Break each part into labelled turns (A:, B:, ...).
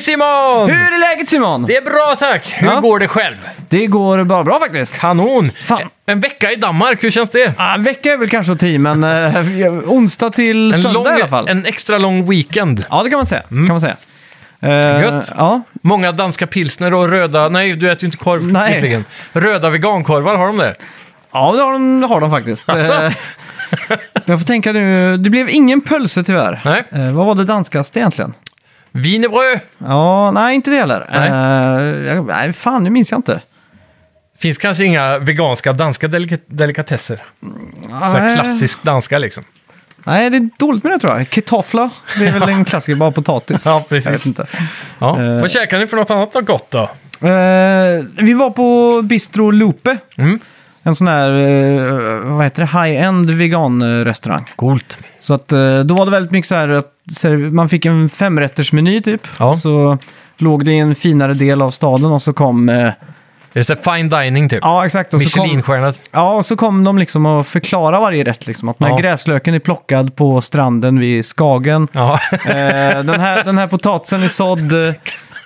A: Simon!
B: Hur är läget Simon? Det,
A: Det är bra tack! Hur
B: Ja.
A: går det själv?
B: går bara bra faktiskt.
A: Kanon!
B: Fan.
A: En vecka i Danmark, hur känns det?
B: Ah, en vecka är väl kanske att ta i, men eh, onsdag till
A: En,
B: söndag
A: lång,
B: i alla fall.
A: en extra lång weekend.
B: Ja, det kan man säga. Kan man säga. Eh,
A: Gött.
B: Ja,
A: Många danska pilsner och röda... Nej, du äter ju inte korv
B: Nej.
A: visserligen. Röda vegankorvar, har de det?
B: ja det, har de, det har de faktiskt.
A: Alltså?
B: Eh, jag får tänka nu, det blev ingen pölse tyvärr.
A: Nej.
B: Eh, vad var det danskaste egentligen?
A: Wienerbröd!
B: Ja, nej, inte det heller.
A: Nej.
B: Eh, jag, nej, fan, nu minns jag inte.
A: Finns kanske inga veganska danska delik- delikatesser. Så här
B: Nej.
A: klassiskt danska liksom.
B: Nej, det är dåligt med det tror jag. Ketofla, det är väl en klassiker, bara potatis.
A: Ja, precis.
B: Jag vet inte.
A: Ja.
B: Eh.
A: Vad käkar ni för något annat då gott då?
B: Eh, vi var på Bistro Lupe.
A: Mm.
B: En sån här, eh, vad heter det, high-end veganrestaurang.
A: Coolt.
B: Så att, eh, då var det väldigt mycket så här att serv- man fick en femrättersmeny typ.
A: Ja.
B: Så låg det i en finare del av staden och så kom... eh,
A: Är det så här fine dining typ?
B: Ja, exakt. Och så kom,
A: Michelinstjärna.
B: ja, och så kom de liksom och förklara varje rätt. Liksom, att den här
A: Ja.
B: gräslöken är plockad på stranden vid Skagen.
A: Ja.
B: Eh, den, här, den här potatisen är sådd eh,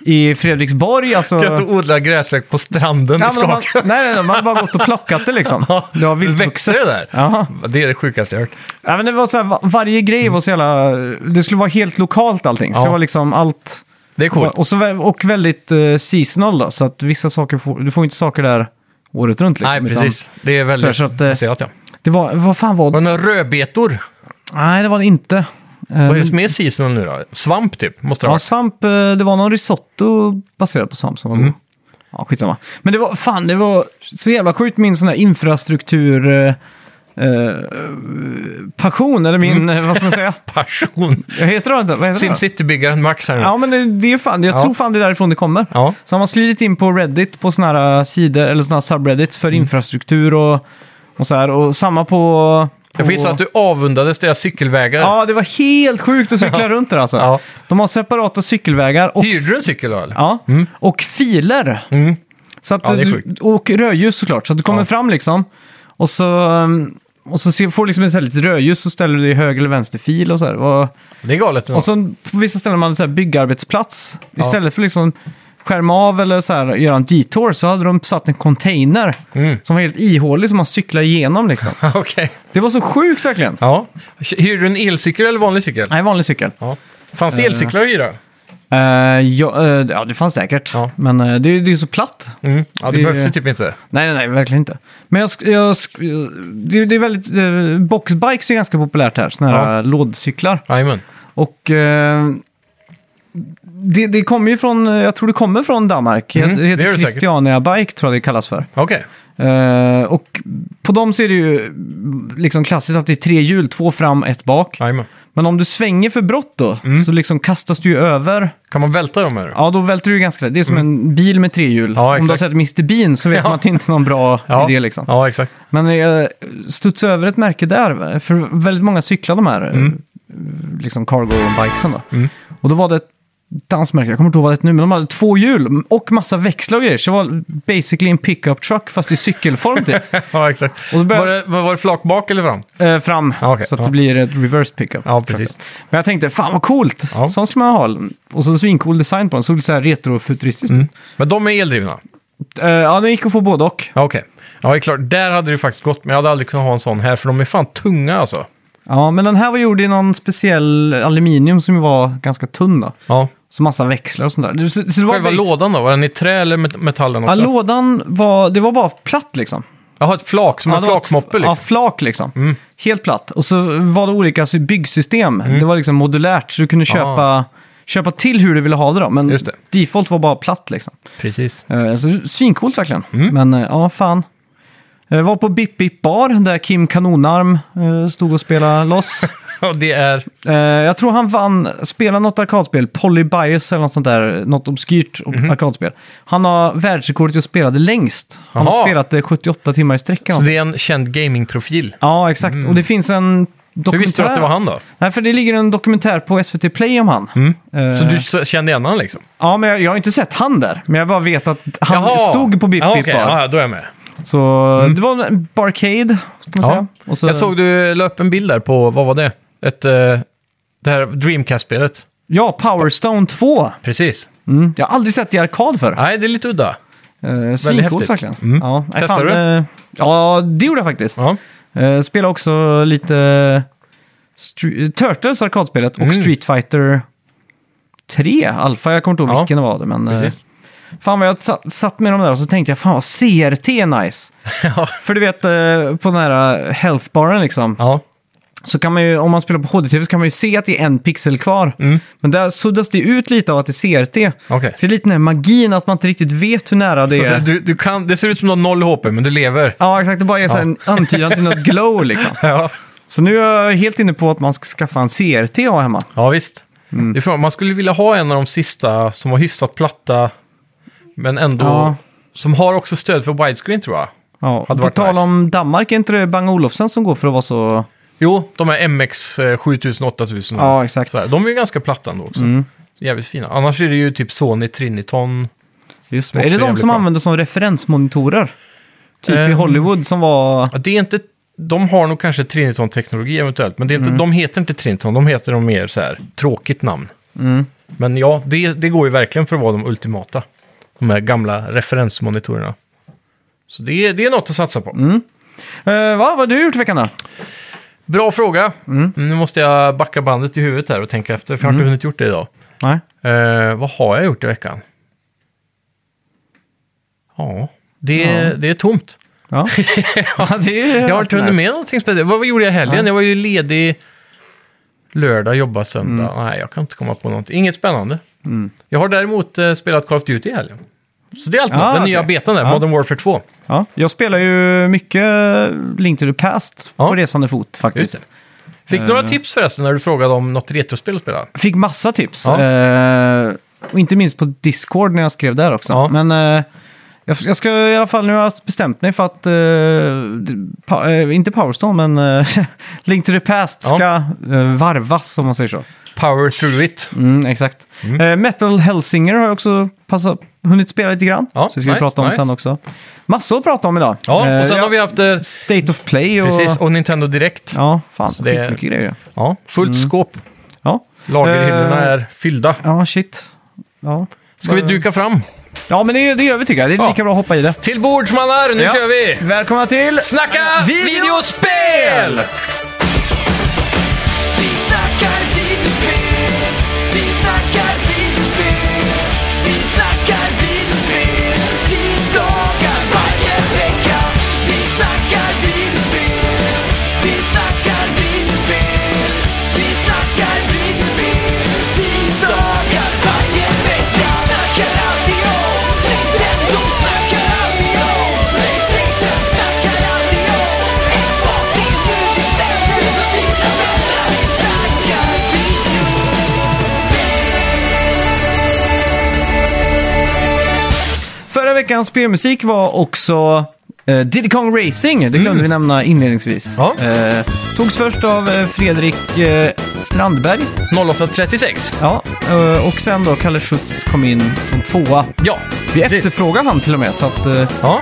B: i Fredriksborg. Alltså,
A: Gött att odla gräslök på stranden i
B: Ja, men
A: Skaka.
B: man, nej, nej, nej, man har bara gått och plockat det liksom. Det var
A: Växer
B: viltvuxet.
A: det där?
B: Ja.
A: Det är det sjukaste jag hört.
B: Ja, men det var så här, va- varje grej var så jävla... Det skulle vara helt lokalt allting.
A: Ja.
B: Så det var liksom allt...
A: Det är coolt. liksom,
B: Och, så, vä- och väldigt eh, seasonal då, så att vissa saker får, du får inte saker där året runt. Liksom,
A: Nej,
B: utan
A: precis. Det är väldigt
B: så att, eh,
A: baserat, ja.
B: Det var, vad fan var det?
A: Och några rödbetor.
B: Nej, det var det inte. Eh,
A: Vad är det som är seasonal nu då? Svamp typ, måste det ha
B: Ja,
A: varit.
B: svamp. eh, Det var någon risotto baserad på svamp som var
A: Mm.
B: god. Ja, skitsamma. Men det var, fan, det var så jävla sjukt min sån här infrastruktur... Eh, eh, passion, eller min,
A: Mm.
B: eh, vad ska man säga?
A: Passion.
B: Jag heter det inte? Vad heter det?
A: Simcity-byggaren Max här nu.
B: Ja, men det, det är fan, jag
A: Ja.
B: tror fan det är därifrån det kommer.
A: Ja.
B: Så har man slidit in på Reddit på såna här eh, sidor, eller såna här subreddits för
A: Mm.
B: infrastruktur och, och så här. Och samma på... på
A: Jag får gissa att du avundades deras cykelvägar.
B: Ja, det var helt sjukt att cykla runt där alltså.
A: Ja.
B: De har separata cykelvägar och,
A: Hyrde du en cykel då eller?
B: ja, och filer.
A: Mm.
B: Så att
A: Ja, det är
B: du-
A: sjukt.
B: och rödljus såklart, så att du kommer
A: Ja.
B: fram liksom. Och så, um, och så ser- får du liksom ett så här litet rödljus så ställer du dig i höger eller vänster fil och så här. Och,
A: Det är galet. ändå.
B: och så på vissa ställen man hade så här byggarbetsplats. Istället för liksom skärma av eller så här, göra en detour så hade de satt en container
A: Mm.
B: som var helt ihålig som man cyklade igenom liksom.
A: Okej.
B: Det var så sjukt verkligen.
A: Ja. Hyrde du en elcykel eller vanlig cykel?
B: Nej, vanlig cykel.
A: Ja. Fanns det elcyklar att hyra?
B: Eh, ja, eh, ja, det fanns säkert.
A: Ja.
B: Men eh, det, är- det är ju så platt.
A: Mm. Ja, det,
B: Det-
A: behövs ju typ inte.
B: Nej, nej, nej, verkligen inte. Men jag, sk- jag, sk- det, det är väldigt... eh, boxbikes är ganska populärt här, sådana här eh, lådcyklar.
A: Jajamän.
B: Och eh, det, det kommer ju från, eh, jag tror det kommer från Danmark.
A: Mm,
B: Det
A: det gör
B: heter
A: det säkert.
B: Christiania Bike tror jag det kallas för.
A: Okej.
B: Eh, och på dem så är det ju mm, liksom klassiskt att det är tre hjul, två fram, ett bak.
A: Jajamän.
B: Men om du svänger för brott då,
A: Mm.
B: så liksom kastas du ju över.
A: Kan man välta dem eller?
B: Ja, då välter du ju ganska lätt. Det är som en bil med tre hjul.
A: Mm. Ja,
B: om du har
A: exakt.
B: sett Mr. Bean så vet
A: Ja.
B: man att det inte är någon bra idé liksom.
A: Ja, exakt.
B: Men eh, studsa över ett märke där, för väldigt många cyklar de här
A: Mm.
B: eh, liksom cargo-bikesen. Då. Och då var det ett danskt märke, jag kommer inte ihåg vad det hette nu, men de hade två hjul och massa växlar och grejer. Så det var basically en pickup truck fast i cykelform typ.
A: Ja, exakt.
B: Och så
A: Var
B: började
A: det, var var det flak bak eller fram?
B: eh, fram
A: Ja, okej,
B: så att
A: ja.
B: det blir ett reverse pickup.
A: Ja, precis.
B: Men jag tänkte, fan vad coolt!
A: Ja.
B: Sånt skulle man ha. Och så svincool design på den, såg lite så här retrofuturistiskt ut.
A: Mm. Men de är eldrivna?
B: Eh, ja, den gick att få både och.
A: Ja, okej. Ja, det är klart. Där hade det faktiskt gått, men jag hade aldrig kunnat ha en sån här, för de är fan tunga alltså.
B: Ja, men den här var gjord i någon speciell aluminium som var ganska tunn då.
A: Ja.
B: Så massa växlar och sånt där. Så, så det var
A: Själva
B: bas-
A: lådan då, var den i trä eller met- metallen
B: Ja,
A: också?
B: lådan var, det var bara platt liksom.
A: Jaha, ett flak, som
B: Ja,
A: en
B: det var ett-
A: flakmoppe
B: Ja,
A: liksom.
B: flak liksom. Helt platt. Och så var det olika sy- byggsystem.
A: Mm.
B: Det var liksom modulärt, så du kunde köpa, köpa till hur du ville ha det då. Men
A: Ah. Just det.
B: default var bara platt liksom.
A: Precis.
B: Eh, Så svincoolt verkligen.
A: Mm.
B: Men eh, ja, fan. Jag var på Bip Bip Bar där Kim Kanonarm eh, stod och spelade loss.
A: Och det är...
B: Eh, jag tror han vann, spelade något arkadspel, Polybius eller något sånt där, något obskyrt ob-
A: Mhm.
B: arkadspel. Han har världsrekordet i att spela det längst. Han
A: Jaha.
B: har spelat det 78 timmar i sträck. eller
A: Så
B: något.
A: det är en känd gamingprofil.
B: Ja, exakt. Och det finns en dokumentär.
A: Hur visste du att det var han då?
B: Nej, för det ligger en dokumentär på SVT Play om han. Eh,
A: Så du s- kände igen honom liksom?
B: Ja, men jag, jag har inte sett han där, men jag bara vet att han
A: Jaha!
B: stod på Bip
A: ja,
B: Bip
A: okej.
B: Bar.
A: Ja, då är jag med.
B: Så det var en barcade, ska man
A: Ja.
B: säga. Och så,
A: Jag såg du la upp en bild där på, vad var det? Ett, eh, det här Dreamcast-spelet.
B: Ja, Power Stone 2.
A: Precis.
B: Mm. Jag har aldrig sett det i arkad förr.
A: Nej, det är lite udda.
B: Eh, Svincoolt
A: häftigt.
B: verkligen.
A: Mm.
B: Ja, nej,
A: Testade
B: fan, eh, Ja, det gjorde jag faktiskt.
A: Ja.
B: Eh, spelade också lite Stre- Turtles, arkadspelet, och
A: Mm.
B: Street Fighter 3, Alpha. Jag kommer inte ihåg
A: Ja,
B: vilken det var det, men... eh,
A: Precis.
B: Fan vad jag satt, satt med dem där och så tänkte jag, fan vad CRT är nice.
A: ja.
B: För du vet, eh, på den här healthbaren liksom,
A: ja.
B: så kan man ju, om man spelar på HDTV så kan man ju se att det är en pixel kvar.
A: Mm.
B: Men där suddas det ut lite av att det är CRT.
A: Okej.
B: Så det är lite den här magin att man inte riktigt vet hur nära det
A: Så, så,
B: är.
A: du, du kan, det ser ut som du har noll HP, men du lever.
B: Ja, exakt. Det bara är så här en antydan till något glow liksom.
A: Ja,
B: Så nu är jag helt inne på att man ska skaffa en CRT att ha hemma.
A: ja visst.
B: Mm.
A: Det är frågan, man skulle vilja ha en av de sista som var hyfsat platta, men ändå...
B: Ja.
A: Som har också stöd för widescreen, tror jag.
B: Ja.
A: Hade
B: På
A: varit
B: tal
A: nice.
B: om Danmark, är inte det Bang Olofsen som går för att vara så...
A: Jo, de här MX eh, 7000 8000.
B: Ja, exakt. Mm.
A: Så här, de är ju ganska platta ändå också. Jävligt fina. Annars är det ju typ Sony Triniton.
B: Just det.
A: Också
B: Är det de
A: jävligt
B: som
A: bra.
B: användes som referensmonitorer? Typ i
A: Ehm.
B: Hollywood som var...
A: Ja, det är inte, de har nog kanske Triniton-teknologi eventuellt, men det är inte, de heter inte Triniton, de heter de mer så här tråkigt namn.
B: Mm.
A: Men ja, det, det går ju verkligen för att vara de ultimata. De här gamla referensmonitorerna. Så det, är- det är något att satsa på.
B: Mm. Eh, va? Vad har du gjort i veckan då?
A: Bra fråga.
B: Mm.
A: Nu måste jag backa bandet i huvudet här och tänka efter, för jag har inte hunnit gjort det idag.
B: Nej.
A: Eh, vad har jag gjort i veckan? Ja, det,
B: Ja.
A: det är tomt.
B: Ja. ja, det är
A: Jag har inte hunnit
B: nice.
A: med någonting speciellt. Vad gjorde jag i helgen? Jag var ju ledig lördag, jobba söndag.
B: Mm.
A: Nej, jag kan inte komma på någonting. Inget spännande. Jag har däremot eh, spelat Call of Duty i helgen. Så det är allt
B: Ah,
A: något. Den
B: okej.
A: nya betan där,
B: Ja.
A: Modern Warfare 2.
B: Ja. Jag spelar ju mycket Link to the Past
A: Ja.
B: på resande fot
A: Just
B: faktiskt.
A: det. Fick
B: Eh.
A: några tips förresten när du frågade om något retrospel att spela?
B: Fick massa tips.
A: Ja.
B: Eh, och inte minst på Discord när jag skrev där också.
A: Ja.
B: Men eh, jag, jag ska i alla fall, nu har jag bestämt mig för att, eh, det- pa, eh, inte Powerstone, men eh, Link to the Past
A: Ja.
B: ska eh, varvas om man säger så.
A: Power through it.
B: Mm, exakt. Eh, Metal Hellsinger har jag också passat, hunnit spela lite grann.
A: Ja,
B: så det ska vi
A: nice,
B: prata om
A: nice.
B: sen också. Massor att prata om idag.
A: Ja,
B: Eh,
A: och sen
B: ja,
A: har vi haft eh,
B: State of Play och...
A: precis, och Nintendo Direkt.
B: Ja, fan, så
A: det är-
B: mycket grejer.
A: Ja, fullt skåp.
B: Ja.
A: Lagerhyllorna
B: Eh, Mm.
A: är fyllda.
B: ja, shit. Ja.
A: Ska vi duka fram?
B: Ja, men det, det gör vi tycker jag. Det är
A: Ja.
B: lika bra att hoppa i det.
A: Till bords mannar, nu
B: Ja.
A: kör vi!
B: Välkomna till...
A: Snacka videospel!
C: Vi snackar videospel, vi snackar videospel, vi snackar videospel, tisdagar varje vecka. Vi snackar videospel, vi snackar videospel, vi snackar videospel, tisdagar varje vecka. Vi snackar alltid om Nintendo, snackar alltid om Playstation, snackar alltid om Xbox, det är nu vi sänder för dina vänner. Vi snackar video.
B: Förra veckans spelmusik var också eh, Diddy Kong Racing. Det glömde vi nämna inledningsvis.
A: Mm. Ja.
B: Eh, togs först av eh, Fredrik eh, Strandberg.
A: 0836.
B: Ja. Eh, och sen då Kalle Schütz kom in som tvåa.
A: Ja,
B: Vi
A: precis.
B: efterfrågade han till och med, så att... Eh,
A: Ja,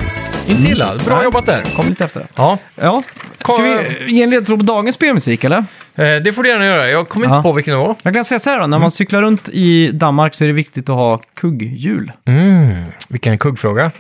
A: inte illa. Bra
B: Mm. Nej.
A: jobbat där.
B: kom lite efter.
A: Ja,
B: Ja. Ska
A: Kom-
B: vi ge en ledtråd på dagens spelmusik, eller?
A: eh, det får du gärna göra. Jag kommer inte
B: Ja.
A: på vilken det var.
B: Jag kan säga så här då, när
A: Mm.
B: man cyklar runt i Danmark så är det viktigt att ha kugghjul. Mm.
A: Vilken kuggfråga.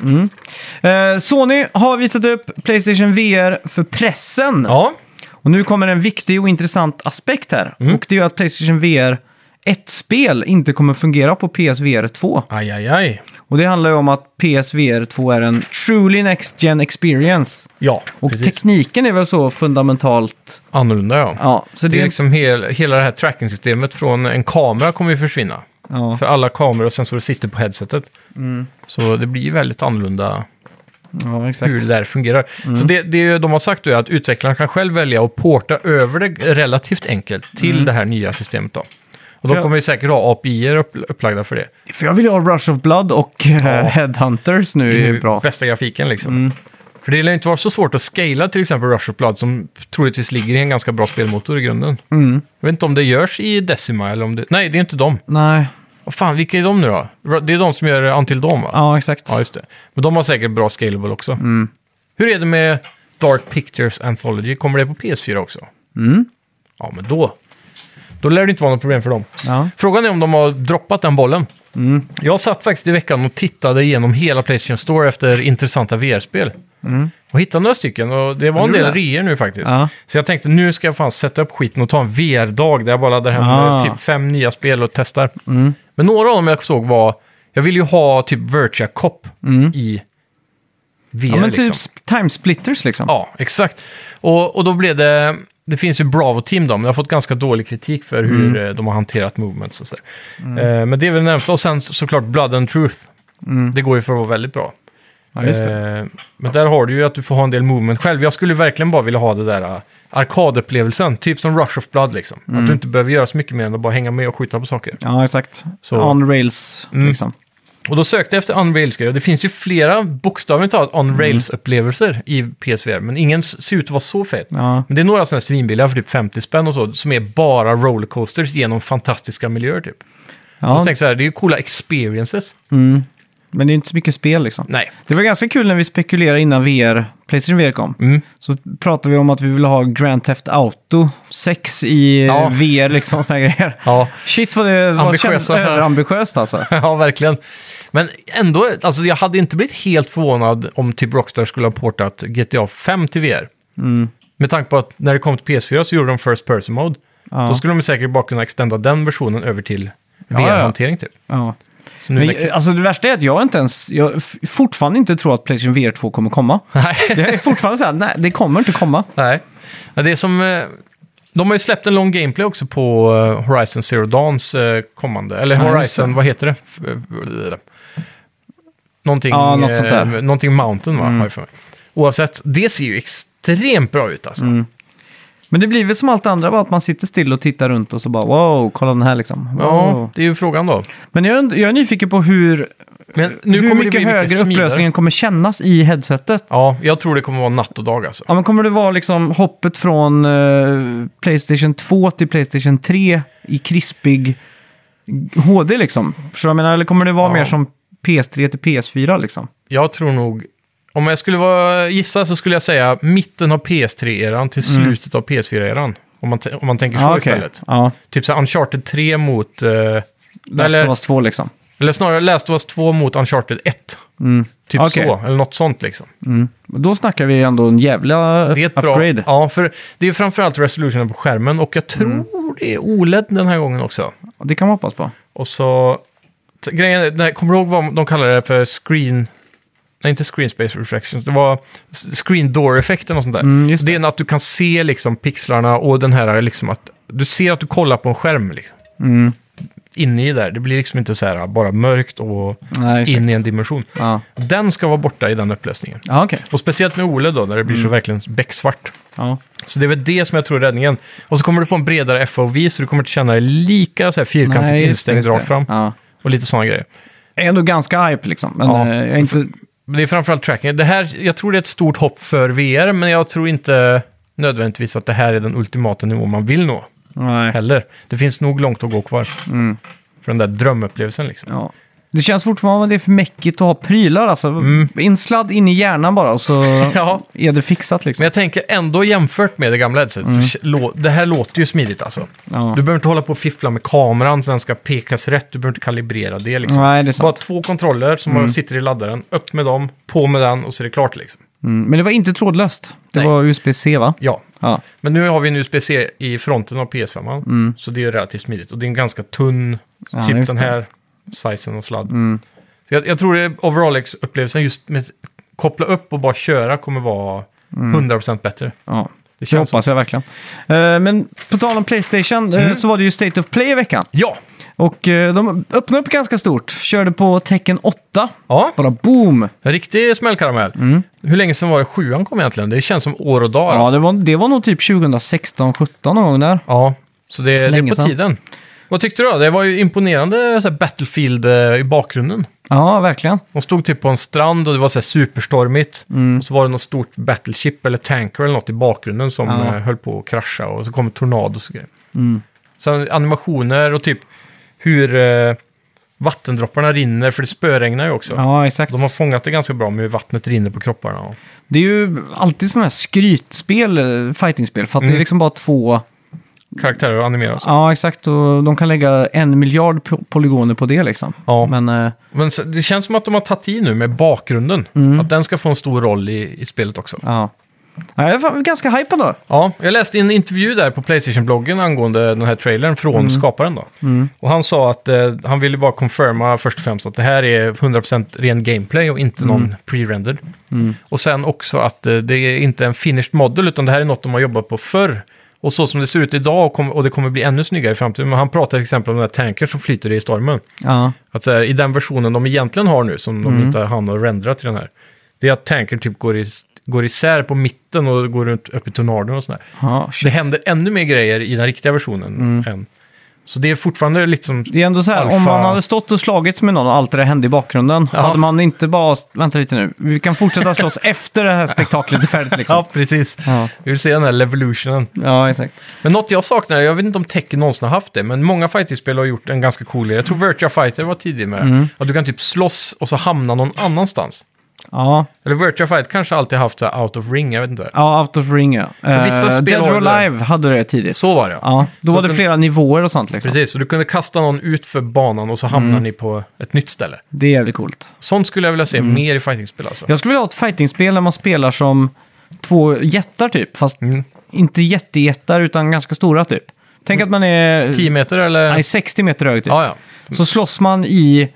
B: Eh, Sony har visat upp Playstation VR för pressen.
A: Ja,
B: Och nu kommer en viktig och intressant aspekt här.
A: Mm.
B: Och det är ju att Playstation VR 1-spel inte kommer fungera på PSVR 2.
A: aj, aj, aj.
B: Och det handlar ju om att PSVR 2 är en truly next gen experience.
A: Ja,
B: Och
A: precis.
B: tekniken är väl så fundamentalt...
A: Annorlunda ja.
B: Ja, så det,
A: Det är liksom hel, hela det här tracking-systemet från en kamera kommer ju försvinna.
B: ja. Mm.
A: För alla kameror och sensorer sitter på headsetet. Så det blir ju väldigt annorlunda
B: ja, exakt. Mm.
A: hur det där fungerar. Så det, det de har sagt då är att utvecklaren kan själv välja att porta över det relativt enkelt till
B: Mm.
A: det här nya systemet. Då. Och
B: Ja.
A: de kommer ju säkert ha API-er upp, upplagda för det.
B: För jag vill ju ha Rush of Blood och eh, Headhunters nu är ju bra. Mm.
A: Bästa grafiken liksom. För det lär inte vara så svårt att scala till exempel Rush of Blood som troligtvis ligger i en ganska bra spelmotor i grunden.
B: Mm.
A: Jag vet inte om det görs i Decima eller om det... Nej, det är inte dem.
B: Nej,
A: Vad fan, vilka är de nu då? Ru- Det är de som gör Until Dawn va?
B: ja exakt.
A: Ja, just det. Men de har säkert bra scalable också. Hur är det med Dark Pictures Anthology? Kommer det på PS4 också? Ja, men då. Då lär det inte vara något problem för dem.
B: Ja.
A: Frågan är om de har droppat den bollen. Jag satt faktiskt i veckan och tittade igenom hela Playstation Store efter intressanta VR-spel. Och hittade några stycken och det var en
B: Gjorde
A: del
B: det?
A: reor nu faktiskt.
B: Ja.
A: Så jag tänkte nu ska jag fan sätta upp skiten och ta en VR-dag där jag bara laddar hem
B: Ah. Mm.
A: eh, typ fem nya spel och testar. Men några av dem jag såg var, jag ville ju ha typ Virtua Cop i VR
B: Mm. ja, men typ
A: liksom.
B: sp- time splitters liksom.
A: Ja, exakt. Och, och då blev det... Det finns ju Bravo Team då, men jag har fått ganska dålig kritik för hur
B: Mm.
A: eh, de har hanterat movements och sådär. Eh, men det är väl det närmsta. Och sen så- såklart Blood and Truth. Det går ju för att vara väldigt bra.
B: Mm. Ja, just det.
A: Eh, men där har du ju att du får ha en del movement själv. Jag skulle verkligen bara vilja ha det där eh, arkadupplevelsen, typ som Rush of Blood liksom.
B: Mm.
A: Att du inte behöver göra så mycket mer än att bara hänga med och skjuta på saker.
B: Ja, exakt.
A: Så- Mm.
B: On rails liksom.
A: Och då sökte jag efter on-rails-grejer. Och Det finns ju flera bokstavligt talat on-rails-upplevelser i PSVR, men ingen s- ser ut att vara så fet.
B: Ja.
A: Men det är några sådana här svinbilar för typ 50 spänn och så, som är bara rollercoasters genom fantastiska miljöer typ. Och
B: Ja,
A: så tänker jag så här, det är ju coola experiences.
B: men det är inte så mycket spel liksom.
A: Nej.
B: Det var ganska kul när vi spekulerade innan VR, Playstation VR kom.
A: Mm.
B: Så pratade vi om att vi ville ha Grand Theft Auto 6 i eh,
A: Ja.
B: VR liksom. och Såna grejer.
A: Ja.
B: Shit vad det var
A: Ambitiösa.
B: känd- överambitiöst alltså.
A: ja, verkligen. Men ändå, alltså jag hade inte blivit helt förvånad om typ Rockstar skulle ha portat GTA 5 till VR.
B: Mm.
A: Med tanke på att när det kom till PS4 så gjorde de First Person Mode.
B: Ja.
A: Då skulle de säkert bara kunna extenda den versionen över till
B: Ja, ja.
A: VR-hantering typ.
B: Ja.
A: Så nu
B: Men,
A: läcker-
B: eh, alltså det värsta är att jag inte ens, jag f- fortfarande inte tror att Playstation VR 2 kommer komma.
A: Nej.
B: Jag är fortfarande såhär, nej det kommer inte komma.
A: Nej. Ja, Det är som... eh, De har ju släppt en lång gameplay också på eh, Horizon Zero Dawns eh, kommande. Eller
B: Ja, just
A: Horizon,
B: det.
A: vad heter det? F- eh, Någonting,
B: Ja, något
A: eh,
B: sånt där. Mm.
A: någonting Mountain, va? Har jag för mig. Oavsett, det ser ju extremt bra ut
B: Mm.
A: alltså.
B: Men det blir väl som allt det andra, bara att man sitter still och tittar runt och så bara wow, kolla den här liksom. Wow.
A: Ja, det är ju frågan då.
B: Men jag, und- jag är nyfiken på hur,
A: Men nu
B: hur
A: kommer det
B: mycket
A: bli mycket
B: högre
A: smidigare.
B: upplösningen kommer kännas i headsetet.
A: Ja, jag tror det kommer vara natt och dag alltså.
B: Ja, men kommer det vara liksom hoppet från eh, Playstation 2 till Playstation 3 i krispig HD liksom? Förstår du vad jag menar? Eller kommer det vara
A: Ja.
B: mer som PS3 till PS4 liksom?
A: Jag tror nog... Om jag skulle vara, gissa så skulle jag säga mitten av PS3-eran till slutet av PS4-eran. Om man, t- om man tänker så
B: Ja, Mm. Ah, okej.
A: istället.
B: Ja,
A: Typ så här Uncharted 3 mot... eh,
B: Last
A: eller,
B: of Us 2 liksom.
A: eller snarare Last of Us 2 mot Uncharted 1. Typ
B: Okej.
A: så, eller något sånt liksom.
B: mm. Då snackar vi ändå en jävla
A: Det är ett bra...
B: upgrade. Mm.
A: Ja, för det är framförallt resolutionen på skärmen och jag tror det är OLED den här gången också.
B: Det kan man hoppas på.
A: Och så... t- Grejen är, nej, kommer du ihåg vad de kallar det för screen... Nej, inte screen space reflection. Det var s- screen door-effekten och sånt där.
B: Mm, just
A: det. är att du kan se liksom pixlarna och den här liksom att... Du ser att du kollar på en skärm liksom.
B: Mm.
A: Inne i där. Det blir liksom inte så här bara mörkt och...
B: Nej, exakt.
A: in i en dimension.
B: Ja,
A: Den ska vara borta i den upplösningen.
B: ja okej.
A: Och speciellt med OLED då, när det blir
B: Mm.
A: så verkligen becksvart.
B: Ja.
A: Så det är väl det som jag tror är räddningen. Och så kommer du få en bredare FOV, så du kommer inte känna dig lika så här fyrkantigt
B: Nej, just det,
A: instängd
B: just
A: rakt
B: det.
A: fram.
B: Ja.
A: Och lite sådana grejer.
B: Jag är ändå ganska hype liksom. Men
A: Ja.
B: eh, jag är inte...
A: Men det är framförallt tracking. Det här, jag tror det är ett stort hopp för VR, men jag tror inte nödvändigtvis att det här är den ultimata nivå man vill nå
B: Nej.
A: heller. Det finns nog långt att gå kvar. För den där drömupplevelsen liksom.
B: Mm. Ja. Det känns fortfarande det är för mäckigt att ha prylar alltså. Insladd in i hjärnan bara och så
A: Mm. Ja.
B: är det fixat
A: Men
B: liksom.
A: jag tänker ändå jämfört med det gamla headsetet,
B: Mm.
A: så lå- det här låter ju smidigt alltså.
B: Ja.
A: Du behöver inte hålla på och fiffla med kameran så den ska pekas rätt. Du behöver inte kalibrera det liksom.
B: Nej, det är sant.
A: Bara två kontroller som bara sitter i laddaren. Upp med dem, på med den och så är det klart liksom.
B: Mm. Men det var inte trådlöst. Det
A: Nej.
B: var USB-C va?
A: Ja,
B: Ja.
A: men nu har vi en USB-C i fronten av PS5. Så det är ju relativt smidigt. Och det är en ganska tunn,
B: Mm. Ja,
A: typ
B: just
A: den
B: det. Mm.
A: här sizen och sladd. Så jag, jag tror det overall-upplevelsen just med att koppla upp och bara köra kommer vara 100% bättre.
B: ja.
A: Det
B: Det
A: känns
B: Mm.
A: så.
B: hoppas jag verkligen. Eh, Men på tal om Playstation
A: Mm.
B: eh, så var det ju State of Play i veckan.
A: Ja!
B: Och eh, de öppnade upp ganska stort. Körde på Tekken 8.
A: Ja,
B: Bara boom!
A: en riktig smällkaramell. Hur länge sedan var det sjuan kom egentligen? Det känns som år och dagar.
B: Mm. Ja, det var, det var nog typ 2016, 17 någon gång där.
A: Ja, så det, det är
B: Länge
A: på
B: sedan.
A: tiden. Vad tyckte du då? Det var ju imponerande så här, Battlefield eh, i bakgrunden.
B: Ja, verkligen.
A: De stod typ på en strand och det var så här superstormigt.
B: Mm.
A: Och så var det något stort battleship eller tanker eller något i bakgrunden som
B: Ja. Mm.
A: eh, höll på att krascha och så kom ett tornado och så grejer. Sen animationer och typ hur eh, vattendropparna rinner, för det spöregnar ju också.
B: Ja, exakt.
A: De har fångat det ganska bra med hur vattnet rinner på kropparna. Och...
B: Det är ju alltid sådana här skrytspel, eh, fightingspel, för att det
A: Mm.
B: är liksom bara två
A: karaktärer att animera och så.
B: Ja, exakt. Och de kan lägga en miljard po- polygoner på det liksom.
A: Ja.
B: Men eh,
A: Men så- det känns som att de har tagit i nu med bakgrunden. Att den ska få en stor roll i, i spelet också.
B: ja. ja. Jag är fan ganska hype ändå.
A: Ja, jag läste en intervju där på Playstation-bloggen angående den här trailern från skaparen då. Och han sa att eh, han ville bara confirma först och främst att det här är 100% ren gameplay och inte någon pre-rendered. Och sen också att eh, det är inte en finished model utan det här är något de har jobbat på förr. Och så som det ser ut idag och, kom, och det kommer bli ännu snyggare i framtiden. Men han pratar till exempel om den här tankern som flyter i stormen.
B: Ja.
A: Att så här, i den versionen de egentligen har nu, som de inte hann och rendera till den här, det är att tankern typ går, i, går isär på mitten och går runt upp i tornadon och sådär.
B: Ja,
A: Det
B: shit.
A: händer ännu mer grejer i den riktiga versionen än. Så det är fortfarande liksom...
B: Det är ändå så här, om
A: Alfa.
B: man hade stått och slagits med någon och allt det där hände i bakgrunden,
A: Ja.
B: hade man inte bara, vänta lite nu, vi kan fortsätta slåss efter det här spektaklet är färdigt liksom.
A: Ja, precis.
B: Ja.
A: Vi vill se den här Levolutionen.
B: Ja, exakt.
A: Men något jag saknar, jag vet inte om Tekken någonsin har haft det, men många fightingspel har gjort en ganska cool grej. Jag tror Virtua Fighter var tidig med det. Att du kan typ slåss och så hamna någon annanstans.
B: Ja,
A: Eller Virtua Fighter kanske alltid haft så här out of ring, jag vet inte.
B: ja Out of Ring ja. Eh,
A: vissa spel
B: Dead
A: har
B: or
A: det där.
B: Alive hade det tidigt.
A: Så var det
B: Ja, då
A: Så
B: var det
A: den-
B: flera nivåer och sånt liksom. Mm.
A: Precis, så du kunde kasta någon ut för banan och så hamnar ni på ett nytt ställe.
B: Det är jävligt coolt.
A: Sånt skulle jag vilja se
B: Mm.
A: mer i fightingspel alltså.
B: Jag skulle vilja ha ett fightingspel där man spelar som två jättar typ, fast
A: Mm.
B: inte jättejättar utan ganska stora typ. Tänk att man är
A: 10 meter eller?
B: nej, 60 meter hög typ.
A: ja, ja.
B: Så slåss man i,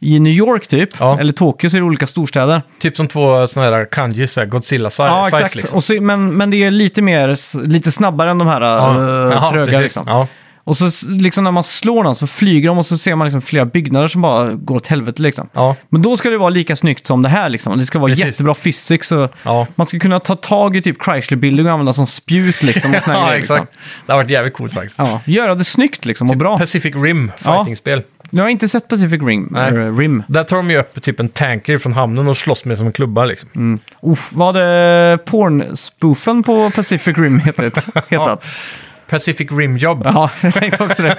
B: i New York typ,
A: Ja.
B: eller Tokyo så är det olika storstäder.
A: Typ som två sådana här kanjis, så här Godzilla-size.
B: Ja, exakt.
A: size, liksom.
B: Och så, men, men det är lite mer, s- lite snabbare än de här eh,
A: Jaha,
B: tröga
A: precis.
B: liksom.
A: Ja.
B: Och så s- liksom när man slår någon så flyger de och så ser man liksom flera byggnader som bara går åt helvete liksom.
A: Ja.
B: Men då ska det vara lika snyggt som det här liksom. Det ska vara
A: Precis.
B: jättebra physics och
A: Ja.
B: man ska kunna ta tag i typ Chrysler Building och använda som spjut liksom. Och såna
A: ja,
B: grejer, liksom.
A: exakt. Typ Det har varit jävligt coolt faktiskt.
B: Ja, göra det snyggt liksom och bra.
A: Pacific Rim
B: Ja.
A: fightingspel.
B: Jag har inte sett Pacific Rim.
A: Nej.
B: eller Rim.
A: Där tar de ju upp typ en tanker från hamnen och slåss med som en klubba liksom.
B: Mm. Uff, var det pornspoofen på Pacific Rim hetat? hetat?
A: Pacific Rim Job.
B: ja, jag tänkte också det.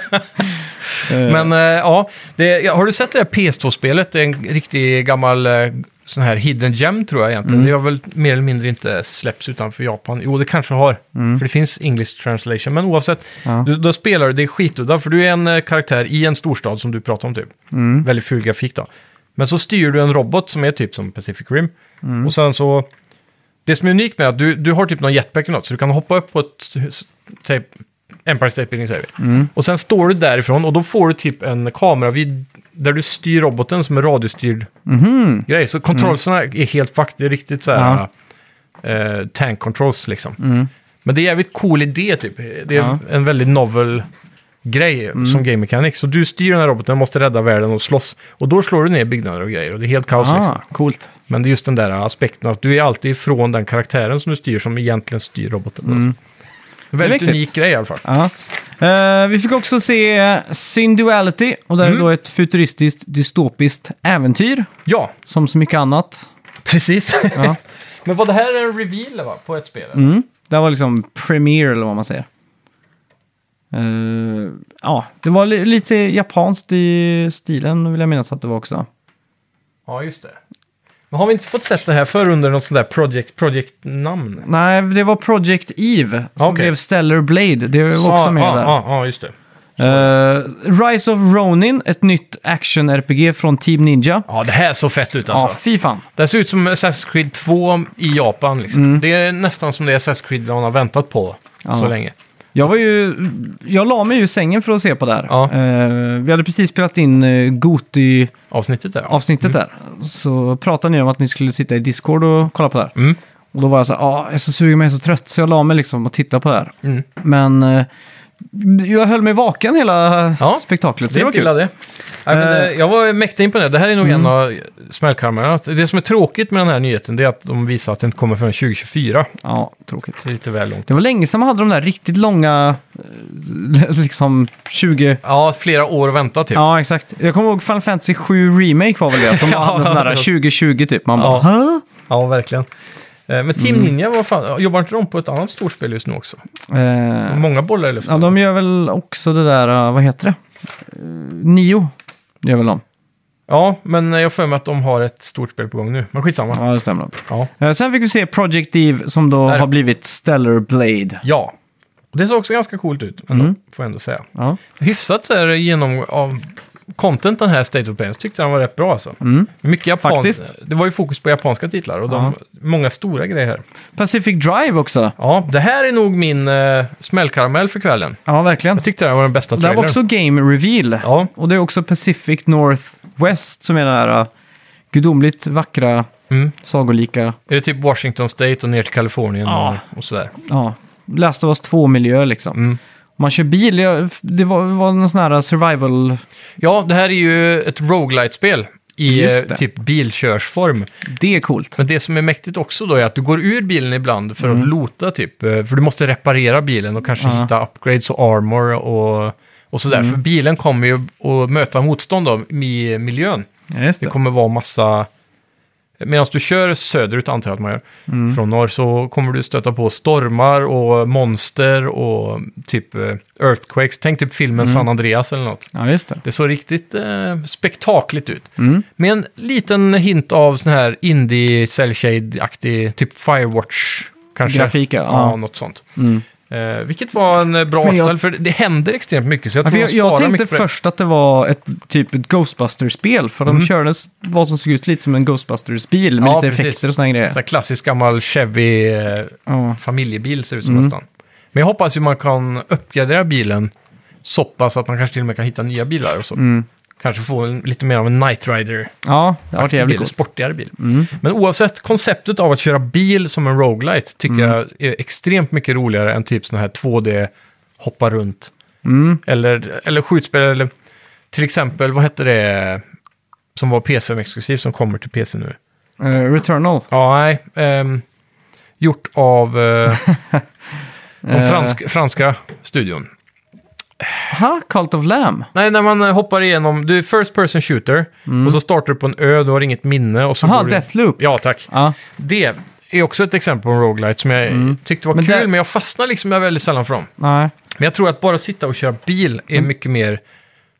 A: Men eh, ja, det, ja, har du sett det här PS2-spelet? Det är en riktig gammal eh, sån här hidden gem tror jag egentligen. Det har väl mer eller mindre inte släppts utanför Japan. Jo, det kanske har, för det finns English translation. Men oavsett,
B: Ja.
A: du, då spelar du, det är skitudda, för du är en eh, karaktär i en storstad som du pratar om typ. Väldigt ful grafik då. Men så styr du en robot som är typ som Pacific Rim. Och sen så... Det som är unikt med att du, du har typ någon jetpack eller något, så du kan hoppa upp på ett hus- typ Empire State Building säger vi. Och sen står du därifrån och då får du typ en kamera vid, där du styr roboten som en radiostyrd
B: Mhm.
A: grej. Så kontrollerna
B: Mm.
A: är helt fucked, det är riktigt så här eh, tank controls liksom. Men det är en jävligt cool idé typ. Det är
B: Mm. Ja. Mm.
A: en väldigt novel grej som game mechanic. Så du styr den här roboten, måste rädda världen och slåss. Och då slår du ner byggnader och grejer och det är helt kaos liksom.
B: Ah, coolt.
A: Men det är just den där aspekten att du är alltid ifrån den karaktären som du styr som egentligen styr roboten. Alltså. En väldigt
B: Mm. Mäktigt.
A: unik grej i alla fall.
B: Ja. Eh, vi fick också se Sin Duality och där är
A: Mm.
B: då ett futuristiskt dystopiskt äventyr.
A: Ja,
B: Som så mycket annat.
A: precis.
B: Ja.
A: Men var det här en reveal va, på ett spel? eller?
B: Mm. Det här var liksom premiere eller vad man säger. Eh, ja, det var li- lite japanskt i stilen vill jag minnas att det var också.
A: Ja, just det. Men har vi inte fått sett det här förr under något sånt där project, project-namn?
B: Nej, det var Project Eve som
A: Okej.
B: blev Stellar Blade. Det var också
A: Ja,
B: med
A: ja,
B: där.
A: Ja, ja, just det.
B: Eh, Rise of Ronin, ett nytt action-RPG från Team Ninja.
A: Ja, det här såg fett ut
B: Ja,
A: alltså.
B: fy fan.
A: det ser ut som Assassin's Creed 2 i Japan liksom. Det är nästan som det Assassin's Creed man har väntat på så
B: Mm. Ja.
A: länge.
B: Jag var ju... Jag la mig ju i sängen för att se på det här.
A: Ja.
B: Eh, vi hade precis spelat in uh, Goti-avsnittet
A: Avsnittet där. ja.
B: där. Så pratade ni om att ni skulle sitta i Discord och kolla på det här.
A: Mm.
B: Och då var jag så här, ah, jag är så sugen, men jag är så trött, så jag la mig liksom och tittade på det här.
A: Mm.
B: Men eh, jag höll mig vaken hela
A: Ja,
B: spektaklet, så
A: Det
B: det var kul.
A: gillar det. Nej, men det.
B: Eh. Mm.
A: Jag var mäkta imponerad. Det här är nog en av smällkamrarna. Det som är tråkigt med den här nyheten det är att de visar att den inte kommer förrän 2024.
B: Ja, tråkigt.
A: Det är lite väl långt.
B: Det var länge sedan man hade de där riktigt långa, eh, liksom 20...
A: Ja, flera år att vänta typ. Ja.
B: Ja, exakt. Jag kommer ihåg Final Fantasy 7 Remake var väl det, att de
A: Ja,
B: hade sådana där
A: det var-
B: 2020 typ. Man
A: Ja.
B: bara, Hä?
A: verkligen. Eh, Men Team
B: Mm.
A: Ninja, vad fan, jobbar inte de på ett annat storspel just nu också?
B: Eh,
A: Många bollar i
B: ja,
A: luften.
B: de gör väl också det där, eh, vad heter det? Eh, Nio gör väl de.
A: Ja, men jag har för mig att de har ett stort spel på gång nu. Men skitsamma.
B: Ja, det stämmer.
A: Ja.
B: Eh, sen fick vi se Project Eve som då
A: Där.
B: har blivit Stellar Blade.
A: ja. Det såg också ganska coolt ut, men
B: Mm.
A: får jag ändå säga.
B: Ja.
A: Hyfsat så här genom av content den här State of Play. Jag tyckte den var rätt bra alltså.
B: Mm.
A: Mycket japanskt.
B: Faktiskt.
A: Det var ju fokus på japanska titlar och de, många stora grejer här.
B: Pacific Drive också.
A: Ja, det här är nog min uh, smällkaramell för kvällen.
B: Ja, verkligen.
A: Jag tyckte det här var den bästa
B: Det här
A: trailern.
B: var också Game Reveal.
A: Ja,
B: Och det är också Pacific North West som är det här äh, gudomligt vackra,
A: Mm.
B: sagolika.
A: är det typ Washington State och ner till Kalifornien
B: Ja.
A: och, och sådär.
B: Ja, Last of Us 2-miljö liksom.
A: Mm.
B: Man kör bil, jag- det var, var någon sån här äh, survival...
A: Ja, det här är ju ett roguelite-spel i
B: Just
A: eh,
B: det.
A: typ bilkörsform.
B: Det är coolt.
A: Men det som är mäktigt också då är att du går ur bilen ibland för att lota typ. eh, För du måste reparera bilen och kanske
B: Mm. Ja. Mm.
A: hitta upgrades och armor och, och sådär. För bilen kommer ju att möta motstånd av i miljön.
B: Ja, just
A: Det
B: det.
A: kommer vara massa... Medan du kör söderut, antar jag att man gör,
B: Mm.
A: från norr, så kommer du stöta på stormar och monster och typ eh, earthquakes. Tänk typ filmen
B: Mm.
A: San Andreas eller något.
B: Ja, just det.
A: Det såg riktigt eh, spektakligt ut.
B: Mm.
A: Med en liten hint av sån här indie cell shade aktig typ Firewatch kanske.
B: Grafik, ja.
A: ja. något sånt.
B: Mm.
A: Eh, vilket var en eh, bra
B: Men jag-
A: artstyle, för det händer extremt mycket. Så jag
B: Ja, för jag,
A: tror de sparar
B: jag tänkte
A: mycket på det.
B: först att det var ett typ ett Ghostbusters-spel, för de körde s- vad som såg ut lite som en Ghostbusters-bil med
A: Mm. Ja,
B: lite
A: precis.
B: effekter och såna här grejer.
A: Sån här klassisk gammal Chevy eh,
B: Ja.
A: familjebil ser det ut
B: Mm.
A: som nästan. Men jag hoppas ju man kan uppgradera bilen så pass att man kanske till och med kan hitta nya bilar och så.
B: Mm.
A: Kanske få en, lite mer av en Knight Rider
B: ja, det var
A: aktiv
B: jävligt
A: bil,
B: coolt. Mm.
A: sportigare bil. Men oavsett, konceptet av att köra bil som en roguelite tycker
B: Mm.
A: jag är extremt mycket roligare än typ sån här 2D hoppa runt.
B: Mm.
A: Eller, eller skjutspel, eller till exempel, vad hette det som var PS5-exklusiv som kommer till PC nu?
B: Eh, Returnal.
A: Ja, nej. ehm, gjort av eh, de
B: Eh.
A: fransk, franska studion.
B: Ha, Cult of Lamb.
A: Nej, när man eh, hoppar igenom, du är first person shooter och så startar du på en ö, du har inget minne och så
B: Mm. Jaha,
A: går du...
B: Deathloop.
A: Ja, tack.
B: Ja.
A: Det är också ett exempel på en roguelite som jag tyckte var
B: Mm. Men
A: kul,
B: där-
A: men jag fastnar liksom jag är väldigt sällan för dem.
B: Nej.
A: Men jag tror att bara sitta och köra bil är
B: Mm.
A: mycket mer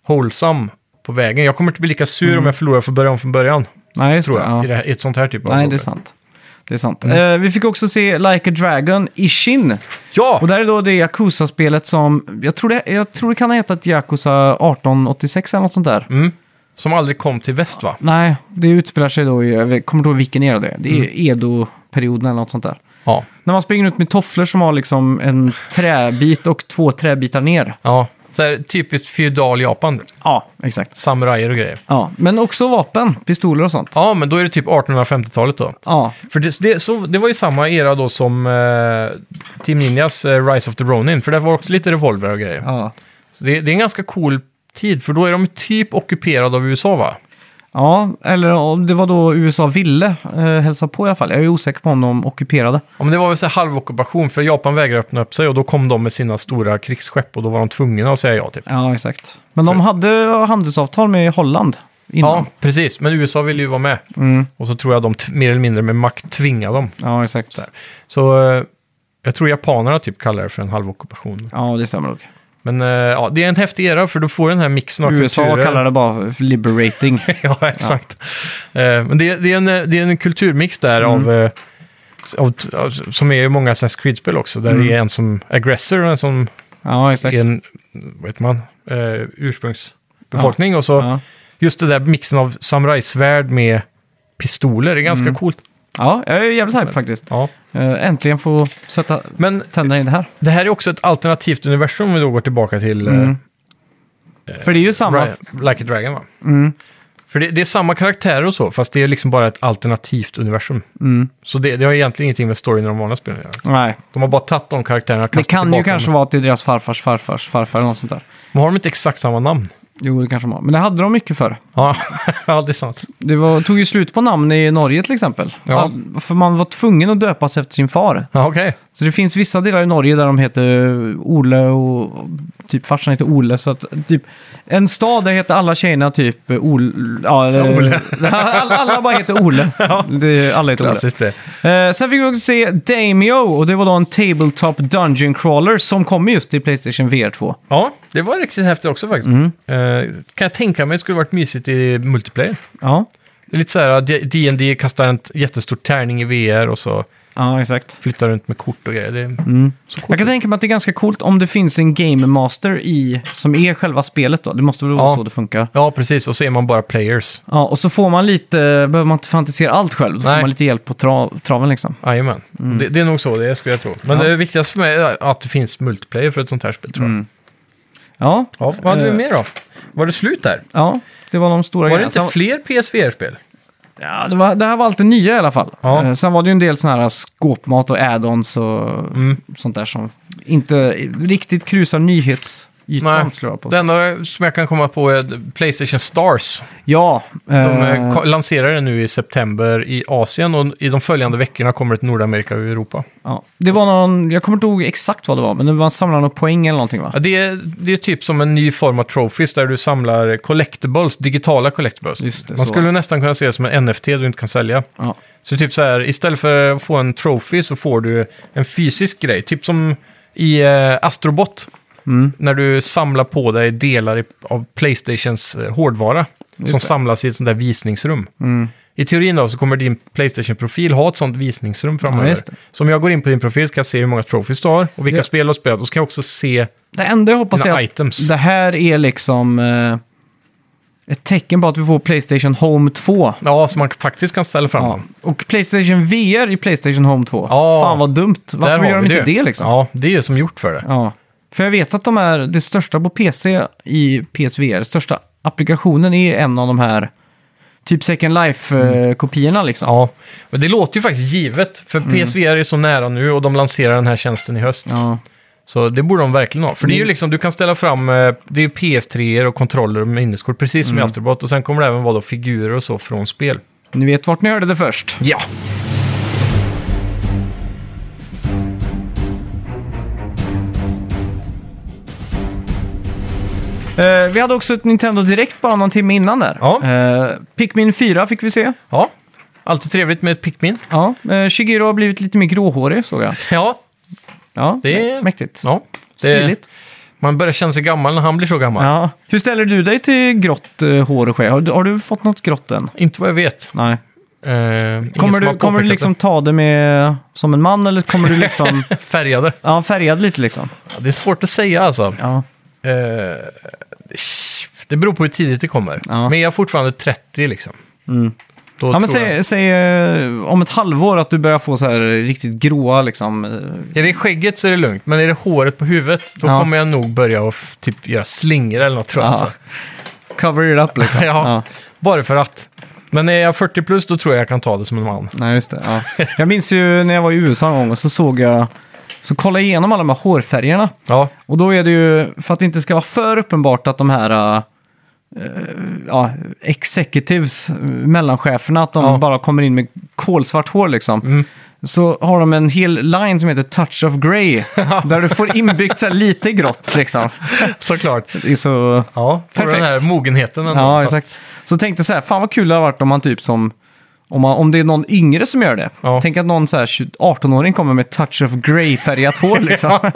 A: hållsam på vägen. Jag kommer inte bli lika sur om jag förlorar för början från början,
B: Nej, just
A: tror
B: det.
A: jag,
B: Mm. Ja.
A: i, det här, i ett sånt här typ av
B: Nej, det är
A: roguelite.
B: sant. Det är sant.
A: Mm.
B: Eh, vi fick också se Like a Dragon Ishin.
A: Ja!
B: Och där är då det Yakuza-spelet som, jag tror det, jag tror det kan ha hetat Yakuza 1886 eller något sånt där.
A: Mm. Som aldrig kom till väst, va?
B: Nej, det utspelar sig då i, jag kommer inte ihåg vilken era det är. Det
A: Mm.
B: är Edo-perioden eller något sånt där.
A: Ja.
B: När man springer ut med tofflor som har liksom en träbit och två träbitar ner.
A: ja. Så här, typiskt feodal Japan,
B: Ja, exakt.
A: samurajer och grejer.
B: Ja, men också vapen, pistoler och sånt.
A: Ja, men då är det typ 1850-talet då.
B: Ja,
A: För det, det, så, det var ju samma era då som eh, Team Ninjas eh, Rise of the Ronin, för det var också lite revolver och grejer.
B: ja.
A: Så det, det är en ganska cool tid, för då är de typ ockuperade av USA, va?
B: Ja, eller om det var då USA ville eh, hälsa på i alla fall. Jag är osäker på om de ockuperade.
A: Ja, men det var väl så här halvockupation, för Japan vägrade öppna upp sig och då kom de med sina stora krigsskepp och då var de tvungna att säga ja, typ.
B: Ja, exakt. Men de hade handelsavtal med Holland
A: Ja,
B: innan.
A: precis. Men USA ville ju vara med.
B: Ja, mm.
A: Och så tror jag de t- mer eller mindre med makt tvingade dem.
B: ja exakt.
A: här. Så eh, jag tror japanerna typ kallar det för en halvockupation.
B: Ja, det stämmer nog.
A: Men eh, ja, det är en häftig era för du får den här mixen av
B: USA
A: kulturer.
B: kallar det bara för liberating.
A: ja, exakt. Eh, men det, det, är en, eh, det är en kulturmix där
B: Mm.
A: av, eh, av, t- av, som är i många Assassin's Creed-spel också. Där
B: Mm.
A: det är en som aggressor och en som
B: ja, exakt.
A: är en, vad heter man, eh, ursprungsbefolkning. Och så
B: Ja.
A: just det där mixen av samurajsvärd med pistoler, det är ganska
B: Mm.
A: coolt.
B: ja, jag är jävligt hype faktiskt.
A: Ja.
B: Eh, Äntligen få sätta
A: Men
B: tänderna i det här.
A: det här är också ett alternativt universum om vi då går tillbaka till eh,
B: Mm. För det är ju samma...
A: Ra- Like a Dragon va?
B: Mm,
A: För det, det är samma karaktärer och så, fast det är liksom bara ett alternativt universum.
B: mm.
A: Så det, det har egentligen ingenting med storyn i de vanliga spelen att göra.
B: Nej,
A: De har bara tagit de karaktärerna och
B: det
A: kastat
B: kan ju
A: tillbaka
B: kanske
A: dem.
B: vara till deras farfars farfars farfar eller något sånt där.
A: Men har de inte exakt samma namn?
B: Jo, det kanske de har. Men det hade de mycket förr.
A: Ja, ja det är sant.
B: Det var, tog ju slut på namn i Norge till exempel.
A: Ja.
B: All- För man var tvungen att döpas efter sin far.
A: Ja, okej.
B: Så det finns vissa delar i Norge där de heter Ole och och typ farsan heter Ole. Så att typ en stad där heter alla tjejerna typ Ole. Ja, eller-
A: Ole.
B: alla, alla bara heter Ole. Det, alla heter Ole.
A: Klassiskt det.
B: Eh, sen fick vi också se Daimyo och det var då en tabletop dungeon crawler som kommer just till Playstation VR 2.
A: Ja, det var riktigt häftigt också faktiskt.
B: Mm.
A: Eh, kan jag tänka mig skulle varit mysigt i multiplayer.
B: Ja,
A: Det är lite så här, D- D&D kastar en t- jättestor tärning i VR och så
B: Ja, exakt.
A: Flytta runt med kort och grejer. Det är så
B: Mm. Jag
A: coolt.
B: kan tänka mig att det är ganska coolt om det finns en Game Master i, som är själva spelet då. Det måste väl vara
A: Ja.
B: så det funkar.
A: Ja, precis. Och så är man bara players.
B: Ja, och så får man lite, behöver man inte fantisera allt själv, då får
A: Nej.
B: man lite hjälp på tra, traven liksom.
A: Jajamän. Det, det är nog så det är, skulle jag tro. Men
B: Ja.
A: det viktigaste för mig är att det finns multiplayer för ett sånt här spel, tror jag.
B: Mm. Ja,
A: Ja, vad hade
B: Eh.
A: vi mer då? Var det slut där?
B: ja, det var de stora
A: Var det
B: grejerna.
A: inte
B: Sen-
A: fler PSVR-spel?
B: Ja, det, var, det här var alltid nya i alla fall.
A: Ja.
B: Eh, Sen var det ju en del sådana här skåpmat och add-ons och
A: Mm.
B: sånt där som inte riktigt krusar nyhetsytan,
A: Nej.
B: skulle jag på.
A: Det enda som jag kan komma på är Playstation Stars.
B: Ja,
A: De
B: eh,
A: eh, ka- lanserar det nu i september i Asien och i de följande veckorna kommer det till Nordamerika och Europa.
B: ja. det var någon, jag kommer inte ihåg exakt vad det var, men det var samlade någon poäng eller någonting va?
A: Ja, det, är, det är typ som en ny form av trophies där du samlar collectibles, digitala collectibles.
B: Just det,
A: Man
B: så.
A: skulle nästan kunna se det som en NFT du inte kan sälja.
B: Ja.
A: Så typ så här, istället för att få en trophy så får du en fysisk grej. Typ som i eh, Astrobot,
B: Mm.
A: när du samlar på dig delar i- av Playstations eh, hårdvara som
B: det.
A: samlas i ett sånt där visningsrum.
B: Mm.
A: I teorin då så kommer din Playstation-profil ha ett sånt visningsrum
B: Ja,
A: framöver.
B: just det.
A: så om jag går in på din profil så kan jag se hur många trophies du har och vilka
B: Ja.
A: spel du har spelat. Och så kan jag också se
B: Det enda jag hoppas är
A: dina
B: att
A: items.
B: det här är liksom eh, ett tecken på att vi får Playstation Home 2.
A: Ja, som man faktiskt kan ställa fram.
B: Ja.
A: Ja,
B: Och Playstation VR i Playstation Home 2.
A: Ja.
B: Fan vad dumt. Varför gör de inte det liksom?
A: Ja, det är ju som gjort för det.
B: Ja. För jag vet att de är det största på PC i PSVR. Största applikationen är en av de här typ Second Life-kopiorna liksom.
A: Ja, men det låter ju faktiskt givet. För
B: Mm.
A: PSVR är så nära nu och de lanserar den här tjänsten i höst.
B: Ja.
A: Så det borde de verkligen ha. För
B: Mm.
A: det är ju liksom, du kan ställa fram, eh, det är PS3 och kontroller och minneskort, precis
B: Mm.
A: som i Astrobot. Och sen kommer det även vara då figurer och så från spel.
B: Ni vet vart ni hörde det först.
A: Ja.
B: Eh, vi hade också ett Nintendo Direkt bara någon timme innan där.
A: Ja.
B: Eh, Pikmin 4 fick vi se.
A: Ja, alltid trevligt med ett Pikmin.
B: Ja. Eh, Shigeru har blivit lite mer gråhårig såg jag.
A: Ja,
B: Ja,
A: Det är-
B: mäktigt.
A: ja. Det-
B: Stiligt.
A: Man börjar känna sig gammal när han blir så gammal.
B: Ja. Hur ställer du dig till grått eh, hår och skägg? Har, du- har du fått något grått än?
A: Inte vad jag vet.
B: Nej.
A: Eh, ingen
B: Kommer
A: som har
B: du, kommer du
A: påpekat
B: liksom ta det med som en man eller kommer du liksom...
A: det. Färgade.
B: ja, färgad lite liksom.
A: Ja, Det är svårt att säga alltså.
B: Ja.
A: Eh, det beror på hur tidigt det kommer.
B: Ja. Mm.
A: Men jag är fortfarande 30 liksom. Då
B: Ja, men
A: tror
B: säg,
A: jag.
B: säg eh, om ett halvår att du börjar få så här riktigt gråa liksom. eh,
A: Är det skägget så är det lugnt, men är det håret på huvudet då
B: Ja.
A: kommer jag nog börja och f- typ göra slingor eller något tror jag.
B: Ja.
A: Alltså.
B: Cover it up liksom.
A: Ja. Bara för att. Men är jag 40 plus då tror jag jag kan ta det som en man.
B: Nej, just det. Ja. Jag minns ju när jag var i USA en gång och så såg jag... Så kolla igenom alla de här hårfärgerna.
A: Ja,
B: Och då är det ju, för att det inte ska vara för uppenbart att de här eh, ja, executives, eh, mellancheferna, att de
A: Ja. Mm.
B: bara kommer in med kolsvart hår liksom. Så har de en hel line som heter Touch of Grey, där du får inbyggt så här lite grått liksom.
A: såklart.
B: Det är så...
A: Ja, för den
B: Perfekt.
A: här mogenheten ändå.
B: Ja,
A: fast-
B: exakt. Så tänkte jag så här, fan vad kul det har varit om man typ som, om, man, om det är någon yngre som gör det.
A: Ja.
B: Tänk att någon så här 20 18-åring kommer med touch of grey-färgat hår liksom.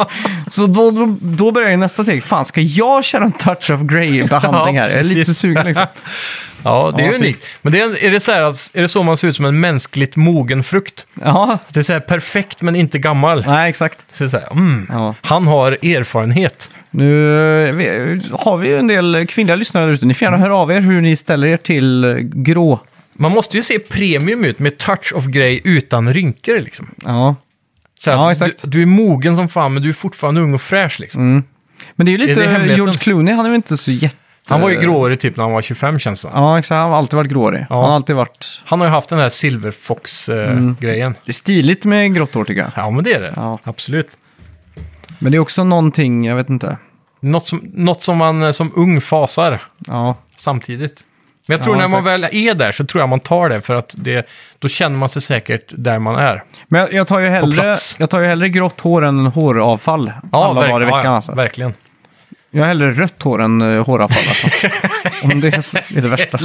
B: så då, då, då börjar ju nästa steg, fan ska jag köra en touch of grey-behandling
A: Ja,
B: här? Jag är lite
A: precis.
B: sugen liksom.
A: Ja, det är
B: Ja,
A: ju
B: fy.
A: unikt. Men det är, är, det så här, att- är det så man ser ut som en mänskligt mogen frukt?
B: Ja,
A: Det är så här perfekt men inte gammal.
B: nej exakt.
A: Så det är så här, mm,
B: Ja.
A: han har erfarenhet.
B: Nu eh, vi- har vi ju en del kvinnliga lyssnare där ute. Ni får gärna höra av er hur ni ställer er till eh, grå.
A: Man måste ju se premium ut med touch of grey utan rynkor liksom.
B: Ja.
A: Så här,
B: Ja, exakt. Mm.
A: Du, du är mogen som fan men du är fortfarande ung och fräsch liksom.
B: Men det är ju lite,
A: det hemligheten?
B: George Clooney, han är väl inte så jätte...
A: Han var ju gråhårig typ när han var 25 känns det som.
B: Ja, exakt. Han har alltid varit gråhårig.
A: Ja.
B: Han har alltid varit
A: Han har ju haft den här silverfox-grejen.
B: Det är stiligt med grått hår tycker jag.
A: Ja men det är det,
B: Mm. Ja.
A: absolut.
B: Men det är också någonting, jag vet inte.
A: Något som, något som man eh, som ung fasar.
B: Ja,
A: samtidigt. Men jag tror
B: Ja,
A: när man väl är där så tror jag man tar det för att det, då känner man sig säkert där man är.
B: men jag, jag, tar ju hellre,
A: plats.
B: jag tar ju hellre grått hår än håravfall alla
A: verk-
B: dagar i
A: ja,
B: veckan.
A: ja,
B: alltså.
A: Verkligen.
B: Jag har hellre rött hår än uh, håravfall. Alltså. Om det är, så, är det värsta.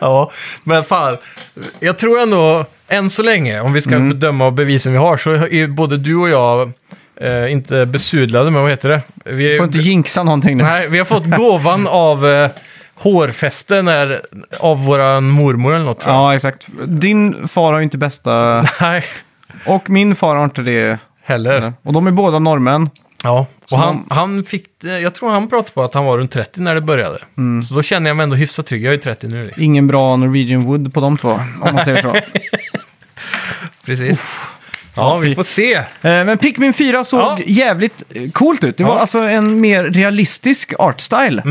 A: Ja, men fan. Jag tror ändå, än så länge, om vi ska
B: Mm.
A: bedöma av bevisen vi har, så är både du och jag eh, inte besudlade, men vad heter det? Vi, är-
B: Får inte jinxa någonting nu.
A: nej, vi har fått gåvan av eh, hårfäste när, av våran mormor eller något tror jag.
B: Ja, exakt. Din far har ju inte bästa...
A: Nej,
B: Och min far har inte det.
A: heller.
B: Och de är båda norrmän.
A: Ja,
B: Så
A: och han,
B: de-
A: han fick, eh, jag tror han pratade på att han var runt 30 när det började.
B: Mm.
A: Så då känner jag mig ändå hyfsat trygg. Jag är ju 30 nu. Liksom.
B: Ingen bra Norwegian Wood på de två, om man säger så. Eh,
A: Precis. Ja, vi
B: fy.
A: får se.
B: Eh, Men Pikmin 4 såg
A: Ja.
B: jävligt eh, coolt ut. Det var
A: Ja. Mm.
B: alltså en mer realistisk artstyle.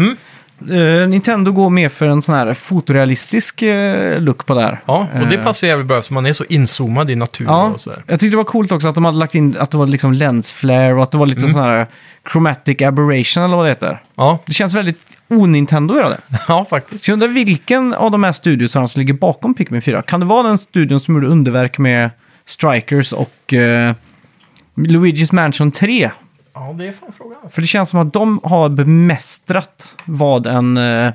B: Eh, Nintendo går mer för en sån här fotorealistisk eh, look på det här.
A: Ja, och det
B: Eh,
A: passar jävligt bra eftersom man är så inzoomad i naturen
B: Ja,
A: och sådär.
B: jag tyckte det var coolt också att de hade lagt in att det var liksom lens flare och att det var
A: Mm.
B: lite sån här chromatic aberration eller vad det heter.
A: Ja,
B: Det känns väldigt o-Nintendo att göra det.
A: ja faktiskt.
B: Så jag undrar vilken av de här studiosarna som ligger bakom Pikmin 4? Kan det vara den studion som gjorde underverk med Strikers och eh, Luigi's Mansion 3?
A: Ja, det är fan frågan. Alltså.
B: För det känns som att de har bemästrat vad en, eh,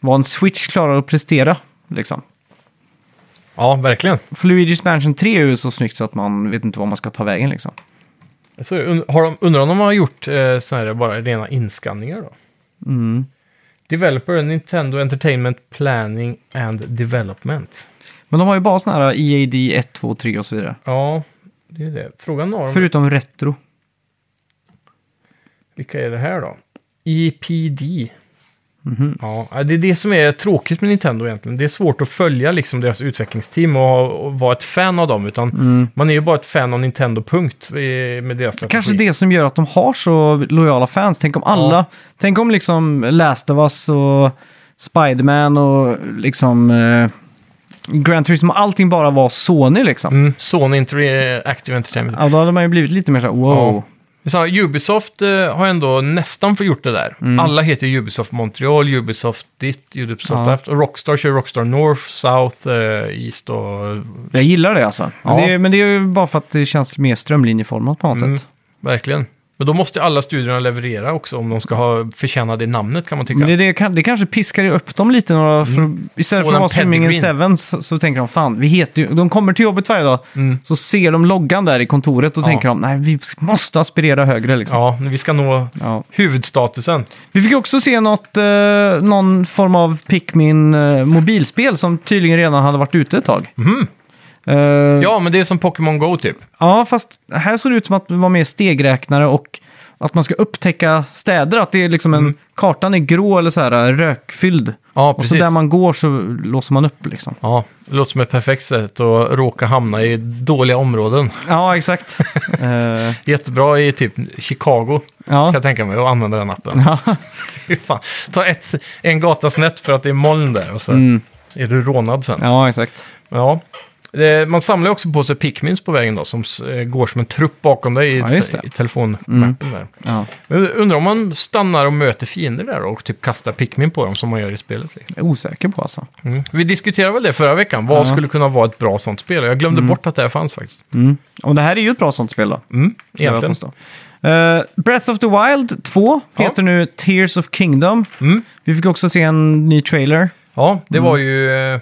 B: vad en Switch klarar att prestera. Liksom.
A: Ja, verkligen.
B: För Luigi's Mansion 3 är ju så snyggt så att man vet inte var man ska ta vägen. Liksom.
A: Så, är det. Und- har de, undrar om de har gjort eh, såna här bara rena inskanningar då?
B: Mm.
A: Developer, Nintendo Entertainment Planning and Development.
B: Men de har ju bara såna här E EAD 1, 2, 3 och så vidare.
A: Ja, det är det. Frågan är om...
B: Förutom retro.
A: Vilka är det här då? EPD.
B: Mhm.
A: Ja, det är det som är tråkigt med Nintendo egentligen. Det är svårt att följa liksom deras utvecklingsteam och, och vara ett fan av dem. Utan Man är ju bara ett fan av Nintendo, punkt, i- med deras strategi.
B: Mm. Kanske det som gör att de har så lojala fans. Tänk om alla, tänk om liksom Last of Us och Spiderman och liksom eh, Grand Turismo, allting bara var Sony liksom.
A: Mm, Sony Inter- Active Entertainment.
B: Ja, då hade man ju blivit lite mer så här, wow.
A: Det är samma, Ubisoft eh, har ändå nästan förgjort det där.
B: Mm.
A: Alla heter ju Ubisoft Montreal, Ubisoft ditt, Ubisoft
B: Ja.
A: där. Och Rockstar kör Rockstar North, South, eh, East och...
B: Jag gillar det alltså. Men,
A: Ja.
B: det är, men det är ju bara för att det känns mer strömlinjeformat på något
A: Mm,
B: sätt.
A: verkligen. Men då måste alla studierna leverera också om de ska ha, förtjäna det namnet kan man tycka.
B: Men det, det, kan- det kanske piskar ju upp dem lite. Några, för, istället
A: Få
B: för att
A: den
B: vara Swimming in
A: pedigreen.
B: Sevens så, så tänker de fan, vi heter ju, de kommer till jobbet varje dag.
A: Mm.
B: Så ser de loggan där i kontoret och
A: Ja.
B: tänker de, nej vi måste aspirera högre liksom.
A: Ja, vi ska nå
B: Ja.
A: huvudstatusen.
B: Vi fick också se något, eh, någon form av Pikmin eh, mobilspel som tydligen redan hade varit ute ett tag.
A: Mhm.
B: Eh, ja.
A: Ja, men det är som Pokémon Go typ.
B: fast här såg det ut som att det var mer stegräknare och att man ska upptäcka städer. Att det är liksom en, kartan är grå eller så här äh, rökfylld.
A: Ja,
B: Och så
A: Mm. precis.
B: där man går så låser man upp liksom.
A: Ja, det låter som ett perfekt sätt att råka hamna i dåliga områden.
B: Ja, exakt. Eh,
A: Jättebra i typ Chicago, kan
B: ja.
A: jag tänka mig, att använda den appen. Fy fan. Ta ett, en gata snett för att det är moln där och så
B: Mm.
A: är du rånad sen.
B: ja, exakt.
A: Ja. Eh, Man samlar ju också på sig Pikmins på vägen då, som s- eh, går som en trupp bakom dig i,
B: Ja, just
A: te-
B: det. Mm.
A: i telefonmappen där.
B: Ja.
A: Men jag undrar om man stannar och möter fiender där och typ kastar Pikmin på dem som man gör i spelet. Liksom.
B: Jag är osäker på alltså.
A: Mm. Vi diskuterade väl det förra veckan, vad
B: Ja.
A: skulle kunna vara ett bra sånt spel? Jag glömde bort att det här fanns faktiskt.
B: Mm. Och det här är ju ett bra sånt spel då.
A: Mm.
B: skulle jag
A: Egentligen.
B: påstå. Eh, Breath of the Wild 2
A: Ja.
B: heter nu Tears of Kingdom.
A: Mm.
B: Vi fick också se en ny trailer.
A: Ja, det
B: Mm.
A: var ju eh,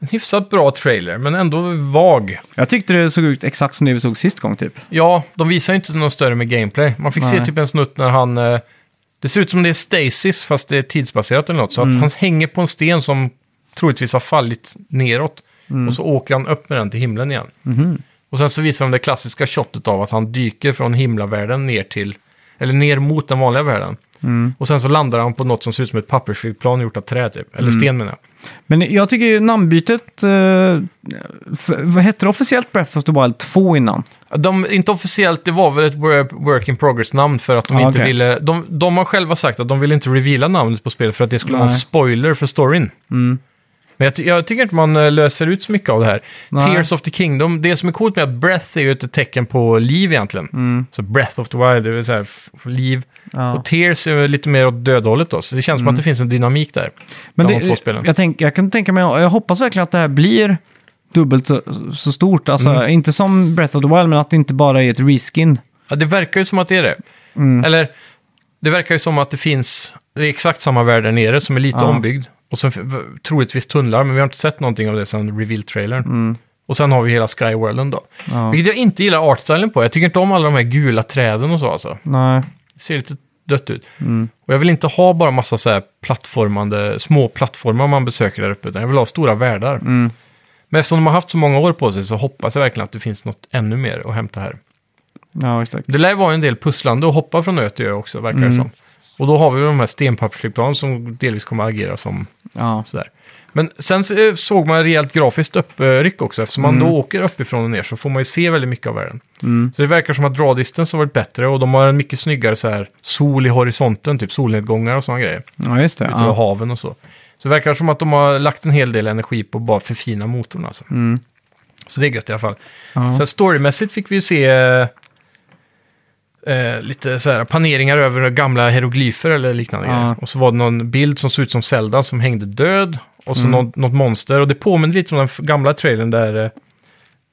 A: en hyfsat bra trailer, men ändå vag.
B: Jag tyckte det såg ut exakt som det vi såg sist gång typ.
A: Ja, de visar ju inte något större med gameplay. Man fick se
B: Nej.
A: typ en snutt när han... eh, Det ser ut som det är Stasis, fast det är tidsbaserat eller något. Så att han hänger på en sten som troligtvis har fallit neråt. Och så åker han upp med den till himlen igen.
B: Mhm.
A: Och sen så visar de det klassiska shotet av att han dyker från himlavärlden ner till... Eller ner mot den vanliga världen. Och sen så landar han på något som ser ut som ett pappersflygplan gjort av trä typ. Eller sten menar jag.
B: Men jag tycker ju namnbytet, eh, f- vad hette det officiellt Breath of the Wild 2 innan?
A: De, inte officiellt, det var väl ett work- work in progress-namn för att de
B: Ja,
A: inte
B: Ah, okej.
A: ville... De, de har själva sagt att de ville inte reveala namnet på spelet för att det skulle vara en
B: Nej.
A: spoiler för storyn.
B: Mm.
A: Men jag, ty- jag tycker inte man eh, löser ut så mycket av det här.
B: Nej.
A: Tears of the Kingdom, det som är coolt med att Breath är ju ett tecken på liv egentligen. Så Breath of the Wild, det är så här, f- liv.
B: Mm. Ja. Mm.
A: Och Tears är väl lite mer åt dödhållet då, så det känns som att det finns en dynamik där.
B: Men
A: de två
B: det,
A: spelen.
B: jag, tänk, jag kan tänka mig, jag hoppas verkligen att det här blir dubbelt så, så stort. Alltså
A: Mm.
B: inte som Breath of the Wild men att det inte bara är ett reskin.
A: Ja, det verkar ju som att det är det.
B: Mm.
A: Eller, det verkar ju som att det finns, det är exakt samma värld där nere som är lite
B: Ja.
A: ombyggd. Och sen f- troligtvis tunnlar, men vi har inte sett någonting av det sen reveal-trailern. Och sen har vi hela Skyworlden då.
B: Mm. Ja.
A: Vilket jag inte gillar artstylen på. Jag tycker inte om alla de här gula träden och så alltså.
B: Nej.
A: Det ser lite dött ut.
B: Mm.
A: Och jag vill inte ha bara massa så här plattformande, små plattformar man besöker där uppe, utan jag vill ha stora världar.
B: Mm.
A: Men eftersom de har haft så många år på sig så hoppas jag verkligen att det finns något ännu mer att hämta här.
B: Ja, exakt.
A: Det lär ju vara en del pusslande och hoppa från ö till ö också, verkar det som. Och då har vi de här stenpappersflygplanen som delvis kommer att agera som
B: Ja.
A: sådär. Men sen så- eh, såg man rejält grafiskt uppryck också. Eftersom man då åker uppifrån och ner så får man ju se väldigt mycket av världen.
B: Mm.
A: Så det verkar som att drawdistance har varit bättre och de har en mycket snyggare så här sol i horisonten, typ solnedgångar och sådana grejer.
B: ja, just det.
A: Utav
B: Ja.
A: haven och så. Så det verkar som att de har lagt en hel del energi på att bara förfina motorn alltså.
B: Mm.
A: Så det är gött i alla fall.
B: Ja.
A: Sen storymässigt fick vi ju se eh, eh, lite så här paneringar över gamla hieroglyfer eller liknande
B: Ja.
A: grejer. Och så var det någon bild som såg ut som Zelda som hängde död. Och
B: Mm.
A: så något, något monster. Och det påminner lite om den f- gamla trailern där, eh,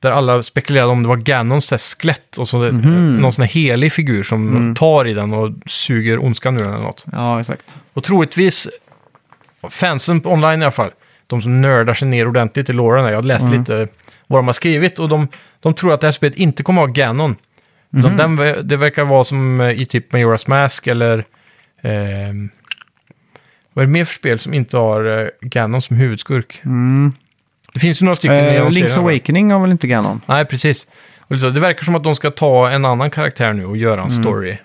A: där alla spekulerade om det var Ganons så här skelett. Och så eh,
B: Mhm.
A: någon sån här helig figur som
B: Mm.
A: tar i den och suger ondskan ur den eller något.
B: ja, exakt.
A: Och troligtvis, fansen på online i alla fall, de som nördar sig ner ordentligt i låren här, jag har läst
B: Mm.
A: lite vad de har skrivit och de, de tror att det här spelet inte kommer att ha Ganon.
B: Mhm.
A: Utan Den, det verkar vara som eh, i typ Majora's Mask eller... ehm, vad är det mer för spel som inte har eh, Ganon som huvudskurk?
B: Mm.
A: Det finns ju några stycken
B: Eh,
A: genom
B: Link's
A: serien, va?
B: Awakening har väl inte Ganon?
A: Nej, precis. Och liksom, det verkar som att de ska ta en annan karaktär nu och göra en story.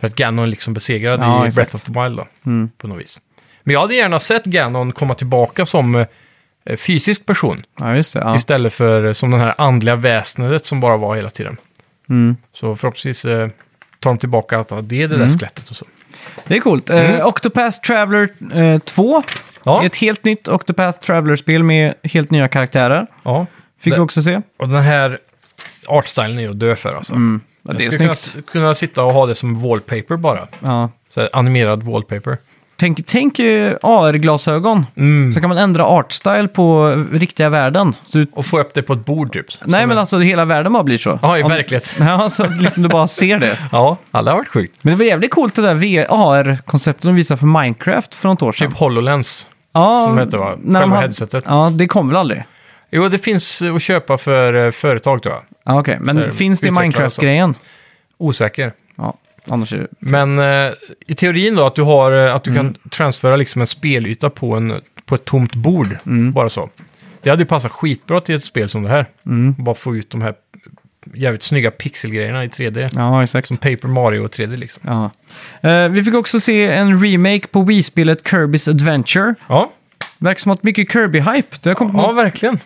A: För att Ganon liksom besegrade
B: Mm. Ja,
A: i
B: exakt.
A: Breath of the Wild då,
B: Mm.
A: på något vis. Men jag hade gärna sett Ganon komma tillbaka som eh, fysisk person
B: Ja, just det. Ja.
A: istället för eh, som den här andliga väsnet som bara var hela tiden.
B: Mm.
A: Så förhoppningsvis eh, tar de tillbaka att ja, det är det där skelettet och så.
B: Det är coolt. Eh,
A: Mm.
B: Octopath Traveler eh, 2.
A: Ja,
B: Ett helt nytt Octopath Traveler-spel med helt nya karaktärer.
A: ja.
B: Fick
A: Det-
B: vi också se.
A: och den här artstylen är ju att dö för alltså.
B: Mm. Ja,
A: Jag
B: det är
A: skulle
B: snyggt.
A: kunna, s- kunna sitta och ha det som wallpaper bara.
B: Ja.
A: Så här, animerad wallpaper.
B: Tänk, tänk eh, AR-glasögon.
A: Mm.
B: Så kan man ändra artstyle på eh, riktiga världen. Så du,
A: Och få upp det på ett bord typ.
B: nej, men alltså hela världen bara blir så.
A: Ja, i
B: Om-
A: verkligheten.
B: Ja, så att liksom du bara ser det.
A: Ja, ja, det har varit sjukt.
B: Men det var jävligt coolt det där AR-konceptet de visade för Minecraft för något år sedan.
A: Typ HoloLens.
B: ja,
A: som heter, va?
B: när de
A: Själva
B: hade-
A: headsetet.
B: Ja, det kom väl aldrig?
A: Jo, det finns eh, att köpa för eh, företag tror jag.
B: Ja, okej. Men
A: Så här,
B: finns det i
A: utvecklare och så.
B: Minecraft-grejen?
A: Osäker.
B: Ja, annars är det...
A: Men eh, i teorin då, att du, har, eh, att du
B: Mm.
A: kan transfera liksom en spelyta på, en, på ett tomt bord.
B: Mm.
A: Bara så. Det hade ju passat skitbra till ett spel som det här.
B: Mm.
A: Bara få ut de här jävligt snygga pixelgrejerna i 3D.
B: Ja, exakt.
A: Som Paper Mario 3D liksom.
B: Ja. Eh, vi fick också se en remake på Wii-spelet Kirby's Adventure.
A: Ja,
B: Verkar som att mycket Kirby-hype. Det har kommit
A: ja
B: ja.
A: verkligen.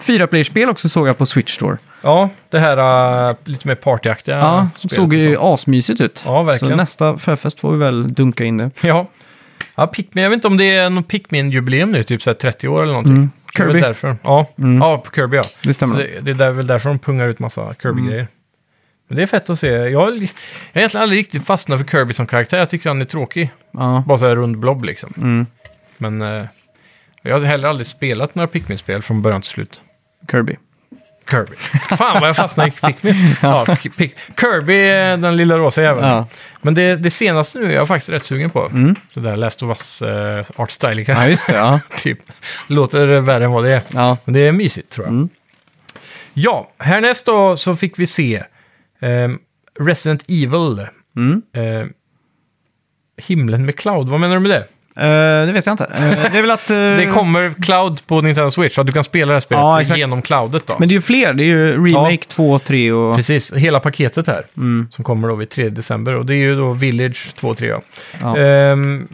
B: fyra spel också såg jag på Switch Store.
A: Ja, det här eh, lite mer partyaktiga
B: Ja, som
A: spelet liksom.
B: såg
A: och så.
B: ju asmysigt ut.
A: Ja, verkligen.
B: Så nästa förfest får vi väl dunka in det.
A: Ja. ja Pikmin, jag vet inte om det är någon Pikmin-jubileum nu, typ så här 30 år eller någonting. Det är väl
B: Mm. Kirby. Mm.
A: Därför. Ja. ja, på Kirby ja.
B: Det
A: Så
B: stämmer. Mm.
A: det, det är där, väl därför de pungar ut massa Kirby-grejer. Men det är fett att se. Jag har, li- jag har egentligen aldrig riktigt fastnat för Kirby som karaktär. Jag tycker han är tråkig.
B: Ja.
A: Bara så här rund blob liksom.
B: Mm.
A: Men eh, jag har heller aldrig spelat några Pikmin-spel från början till slut.
B: Kirby.
A: Kirby. Fan vad jag fastnade i Pikmin. Ja, Ki- Pik- Kirby, eh, den lilla rosa jäveln.
B: Ja. Mm.
A: Men det, det senaste nu är jag faktiskt rätt sugen på. Det där Last of Us eh, Art Stylica.
B: Ja, just det. Ja.
A: typ. Låter värre än vad det är.
B: ja.
A: Men det är mysigt tror jag.
B: Mm.
A: Ja, härnäst då så fick vi se ehm, Resident Evil.
B: Mm.
A: Eh, himlen med Cloud, vad menar du med det?
B: Eh, det vet jag inte. Eh, det är väl att... eh,
A: Det kommer Cloud på Nintendo Switch, så att du kan spela det här spelet
B: Ja, exakt.
A: genom cloudet då.
B: Men det är ju fler. Det är ju
A: Ja.
B: Remake 2, 3 och...
A: Precis, hela paketet här.
B: Mm.
A: Som kommer då vid 3 december. Och det är ju då Village 2 3 ja.
B: Ja.
A: Ehm,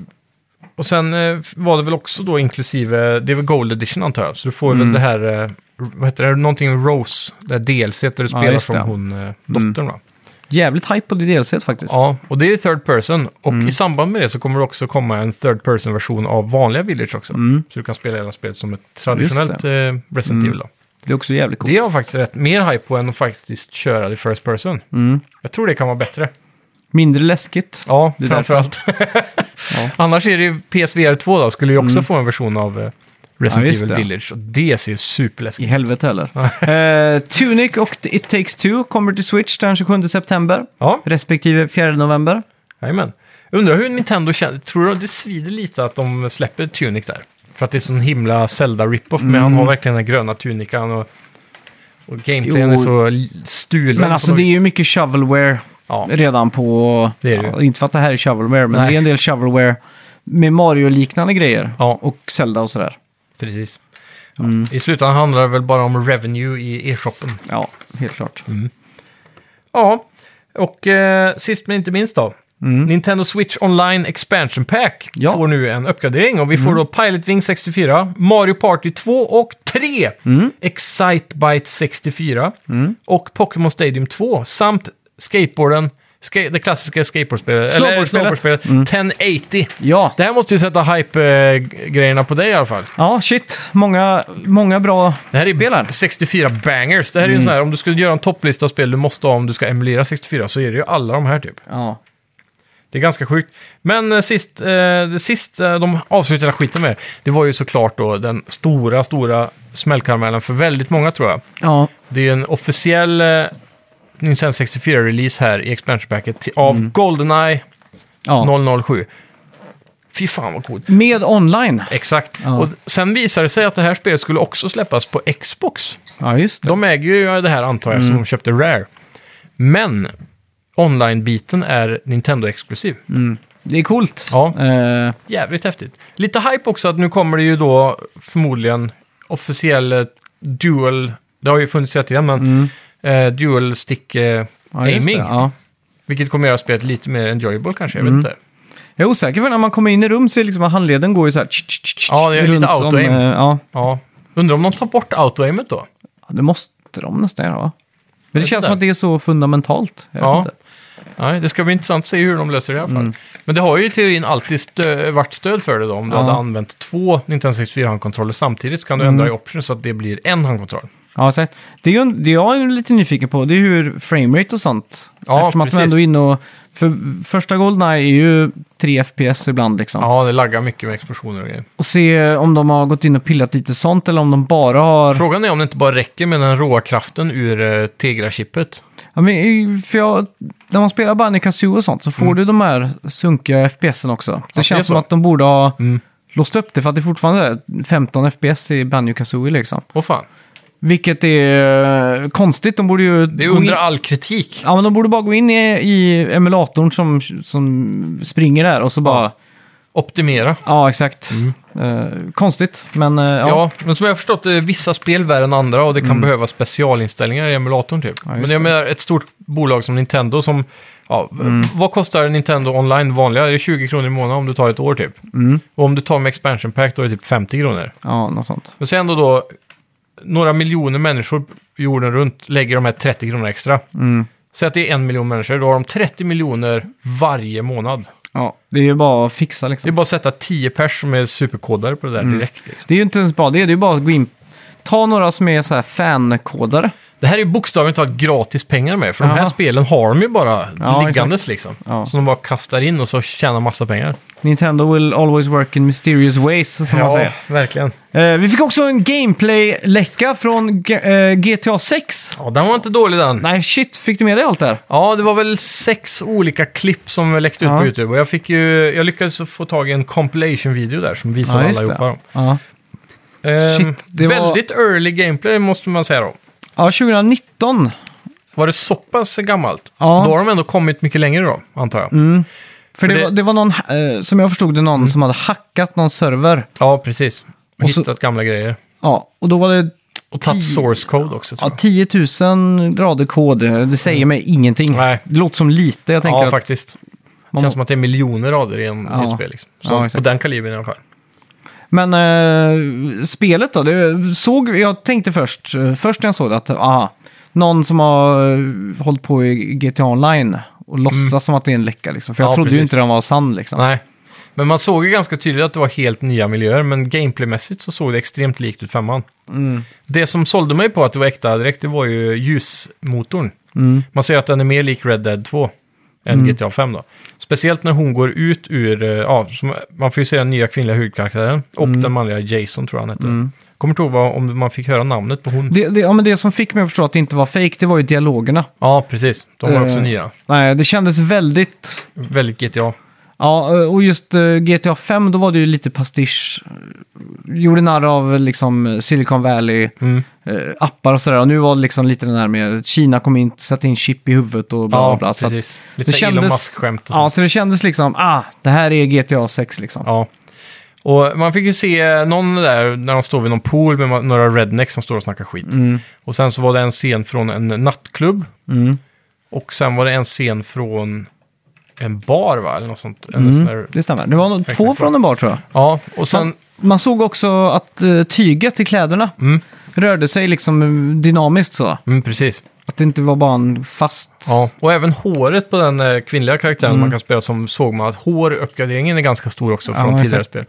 A: och sen eh, var det väl också då inklusive, det är väl Gold Edition antar jag. Så du får
B: Mm.
A: väl det här, eh, vad heter det, någonting Rose, det här DLC där du spelar
B: just
A: som
B: det. Mm.
A: hon, eh, dottern va?
B: Jävligt hype på det delset faktiskt.
A: Ja, och det är third person. Och
B: Mm.
A: i samband med det så kommer det också komma en third person-version av vanliga Village också.
B: Mm.
A: Så du kan spela hela spelet som ett traditionellt eh, Resident Evil då.
B: Det är också jävligt Mm. coolt.
A: Det har jag faktiskt rätt mer hype på än att faktiskt köra det i first person. Jag tror det kan vara bättre.
B: Mm. Mindre läskigt.
A: Ja,
B: Det är
A: framförallt.
B: Ja.
A: Annars är det ju PSVR 2 då, skulle ju också få en version av eh,
B: Mm. Ja,
A: Resident
B: just
A: Evil
B: det.
A: Village. Och det ser ju
B: I
A: superläskigt ut.
B: helvete heller. Eh, Tunic och It takes two kommer till Switch den 27 september.
A: Ja,
B: Respektive 4 november.
A: jajamän. Undrar hur Nintendo känner. Tror du att det svider lite att de släpper Tunic där? För att det är sån himla Zelda-rip-off, men
B: Mm.
A: han har verkligen den gröna tunikan och, och gameplayen
B: Jo.
A: är så l- stulen.
B: Men
A: på
B: alltså
A: något
B: det är
A: vis.
B: ju mycket shovelware.
A: Ja.
B: redan på...
A: Det är det ju.
B: ja, inte för att det här är shovelware, men
A: Nej.
B: det är en del shovelware med Mario-liknande grejer.
A: Ja.
B: Och Zelda och sådär.
A: Precis.
B: Mm.
A: I slutändan handlar det väl bara om revenue i e-shoppen.
B: Ja, helt klart.
A: Ja, och eh, sist men inte minst då. Nintendo Switch Online Expansion Pack
B: Ja.
A: får nu en uppgradering och vi får då Pilot Wing 64, Mario Party 2 och 3, Excitebike 64 och Pokémon Stadium 2 samt skateboarden, ska, det klassiska skateboardspelet, eller
B: Snowboardspelet.
A: snowboardspelet 1080.
B: Ja,
A: Det här måste ju sätta hype-grejerna på dig i alla fall.
B: ja shit. Många, många bra
A: Det här är
B: spel här.
A: 64 bangers. Det här är ju så här, om du skulle göra en topplista av spel du måste ha om du ska emulera 64 så är det ju alla de här typ.
B: Ja.
A: Det är ganska sjukt. Men eh, sist, eh, det sist eh, de avslutade skiten med, det var ju såklart då den stora, stora smällkaramellen för väldigt många tror jag.
B: ja,
A: Det är ju en officiell eh, Nintendo 64-release här i expansion packet till- av Goldeneye
B: Mm. ja.
A: 007. Fy fan vad coolt.
B: Med online.
A: Exakt.
B: Ja.
A: Och sen visade det sig att det här spelet skulle också släppas på Xbox.
B: Ja, just det.
A: De äger ju det här antar jag,
B: Mm.
A: eftersom de köpte Rare. Men online-biten är Nintendo-exklusiv.
B: Mm. Det är coolt.
A: Ja.
B: Eh,
A: Jävligt häftigt. Lite hype också att nu kommer det ju då förmodligen officiell eh, dual, det har ju funnits hela tiden, men eh, dual stick eh,
B: Mm. ja, just det.
A: aiming.
B: Ja. Mm.
A: Vilket kommer göra spelet lite mer enjoyable kanske, jag vet inte.
B: Jag är osäker för när man kommer in i rum så är liksom att handleden går ju så här... tsch, tsch, tsch, tsch,
A: Ja, det är lite
B: runt som,
A: auto-aim.
B: eh, Ja,
A: Ja. Undrar om de tar bort auto-aimet då?
B: det måste de nästan göra va? Men det
A: Vet
B: känns
A: inte.
B: som att det är så fundamentalt. Jag vet
A: Ja.
B: inte.
A: Nej, det ska bli intressant att se hur de löser det i alla fall.
B: Mm.
A: Men det har ju i teorin alltid stö- varit stöd för det då. Om du
B: Ja.
A: hade använt två Nintendo 64-handkontroller samtidigt så kan du
B: Mm.
A: ändra i option så att det blir en handkontroll.
B: Ja, så det, är ju, en- det jag är lite nyfiken på det är hur framerate och sånt.
A: Ja,
B: Eftersom att de
A: precis.
B: ändå är inne och... För första Goldeneye är ju 3 FPS ibland liksom.
A: Ja, det laggar mycket med explosioner och grejer.
B: Och se om de har gått in och pillat lite sånt eller om de bara har...
A: Frågan är om det inte bara räcker med den råa kraften ur eh, Tegra-chippet.
B: Ja, men, eh, för jag, när man spelar Banjo Kazooie och sånt så får du de här sunkiga FPSen också. Det
A: Mm. det är
B: känns som
A: så.
B: att de borde ha
A: Mm.
B: låst upp det för att det är fortfarande 15 FPS i Banjo Kazooie liksom.
A: Åh fan,
B: Vilket är eh, konstigt. De borde ju...
A: det är
B: gå in-
A: under all kritik.
B: Ja, men de borde bara gå in i, i emulatorn som, som springer där och så bara... Ja,
A: Optimera.
B: exakt. Eh, konstigt, men eh,
A: Mm. Ja.
B: ja.
A: men som jag har förstått är vissa spel värre än andra och det kan behövas specialinställningar i emulatorn typ. men jag
B: det.
A: menar ett stort bolag som Nintendo som, ja, vad kostar Nintendo online vanliga? Det är 20 kronor i månaden om du tar ett år typ. Och om du tar med expansion pack då är det typ 50 kronor.
B: ja, något sånt.
A: Men sen då, då några miljoner människor jorden runt lägger de här 30 kronor extra.
B: Mm.
A: Säg att det är en miljon människor, då har de 30 miljoner varje månad.
B: Ja, det är ju bara att fixa liksom.
A: Det är bara att sätta 10 pers som är superkodare på det där
B: Mm.
A: direkt. Liksom.
B: Det är ju inte ens bara det, det är ju bara att gå in... Ta några som är så här fankodare.
A: Det här är ju bokstavligt talat gratis pengar med, för de här
B: Ja.
A: spelen har de ju bara
B: Ja,
A: liggandes liksom.
B: Ja.
A: Som de bara kastar in och så tjänar massa pengar.
B: Nintendo will always work in mysterious ways, som man säger.
A: verkligen.
B: Eh, vi fick också en gameplay-läcka från G- eh, GTA 6.
A: Ja, den var inte dålig den.
B: Nej, shit, fick du med dig allt där?
A: Ja, det var väl sex olika klipp som läckte ut
B: Ja.
A: på YouTube. Och jag, fick ju, jag lyckades få tag i en compilation-video där som visade
B: just
A: allihopa dem.
B: Ja.
A: Ehm,
B: Shit, det var-
A: Väldigt early gameplay måste man säga då.
B: ja, 2019.
A: Var det så pass gammalt?
B: Ja. Mm.
A: Då har de ändå kommit mycket längre då, antar jag.
B: För
A: det- Mm.
B: det, var, det var någon, eh, som jag förstod det, någon som hade hackat någon server.
A: Ja, precis. Och
B: Och så-
A: hittat gamla grejer.
B: Ja, och då var det
A: Och tagit
B: Tio-
A: source code också,
B: ja,
A: tror jag. Mm.
B: 10 000 rader kod. Det säger mig ingenting.
A: Nej.
B: Det låter som lite. Jag tänker
A: Ja,
B: att
A: faktiskt. Det
B: man må-
A: känns som att det är miljoner rader i en
B: Ja.
A: i ett spel. Liksom. Så
B: Ja,
A: på
B: exakt.
A: den kalibern i alla fall.
B: Men eh, spelet då, det såg, jag tänkte först, eh, först när jag såg det att aha, någon som har eh, hållit på i GTA Online och låtsas som att det är en läcka liksom. För jag
A: Mm. Ja,
B: trodde ju
A: precis.
B: inte den var sann liksom.
A: Nej. Men man såg ju ganska tydligt att det var helt nya miljöer, men gameplaymässigt så såg det extremt likt ut femman.
B: Mm.
A: Det som sålde mig på att det var äkta direkt, det var ju ljusmotorn.
B: Mm.
A: Man ser att den är mer lik Red Dead 2 än GTA 5 då. Speciellt när hon går ut ur, eh, ja, som, man får ju se den nya kvinnliga huvudkaraktären och
B: Mm.
A: den manliga Jason tror jag han hette. Kommer inte ihåg vad, om man fick höra namnet på hon.
B: Det, det, ja, men det som fick mig att förstå att det inte var fake, det var ju dialogerna.
A: Ja, precis. De var också
B: Eh.
A: nya.
B: Nej, det kändes väldigt...
A: Väldigt GTA.
B: Ja, eh, och just eh, GTA 5, då var det ju lite pastisch eh, gjorde narr av liksom Silicon Valley,
A: Mm.
B: eh, appar och sådär. Och nu var det liksom lite den här med Kina kom in, satte in chip i huvudet och bla bla
A: Ja,
B: bla. så att
A: precis. Lite det Elon Musk-skämt och
B: Ja,
A: sånt.
B: så det kändes liksom, ah, det här är GTA 6 liksom.
A: Ja. Och man fick ju se någon där när de står vid någon pool med ma- några rednecks som står och snackar skit.
B: Mm,
A: Och sen så var det en scen från en nattklubb.
B: mm,
A: Och sen var det en scen från en bar, va? Eller något sånt. En sån
B: mm,
A: där-
B: det stämmer. Det var nog två från en bar tror jag.
A: Ja, och sen...
B: Man såg också att eh, tyget i kläderna
A: Mm.
B: rörde sig liksom eh, dynamiskt så.
A: Mm, precis.
B: Att det inte var bara en fast...
A: Ja. Och även håret på den eh, kvinnliga karaktären man kan spela som såg man att håruppgraderingen är ganska stor också
B: Mm. Ja,
A: från
B: exakt.
A: tidigare spel.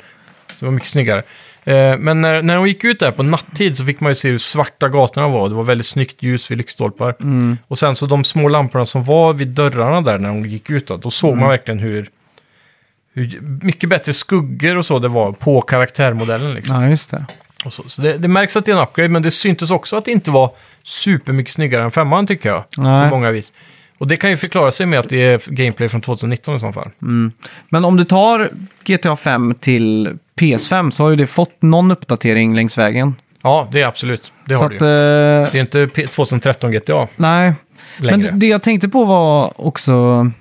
A: Så det var mycket snyggare. Eh, men när, när hon gick ut där på nattid så fick man ju se hur svarta gatorna var. Det var väldigt snyggt ljus vid lyktstolpar.
B: Mm.
A: Och sen så de små lamporna som var vid dörrarna där när hon gick ut, då, då såg
B: Mm.
A: man verkligen hur, hur mycket bättre skuggor och så det var på karaktärmodellen. Liksom.
B: Ja, just det.
A: Och så så det, det märks att det är en upgrade, men det syntes också att det inte var supermycket snyggare än femman tycker jag.
B: Nej.
A: På många vis. Och det kan ju förklara sig med att det är gameplay från 2019 i så fall.
B: Mm. Men om du tar GTA 5 till PS5 så har ju det fått någon uppdatering längs vägen.
A: Ja, det är absolut. Det
B: så
A: har det
B: att,
A: ju.
B: eh,
A: Det är inte P- 2013 GTA
B: Nej,
A: längre.
B: men det jag tänkte på var också...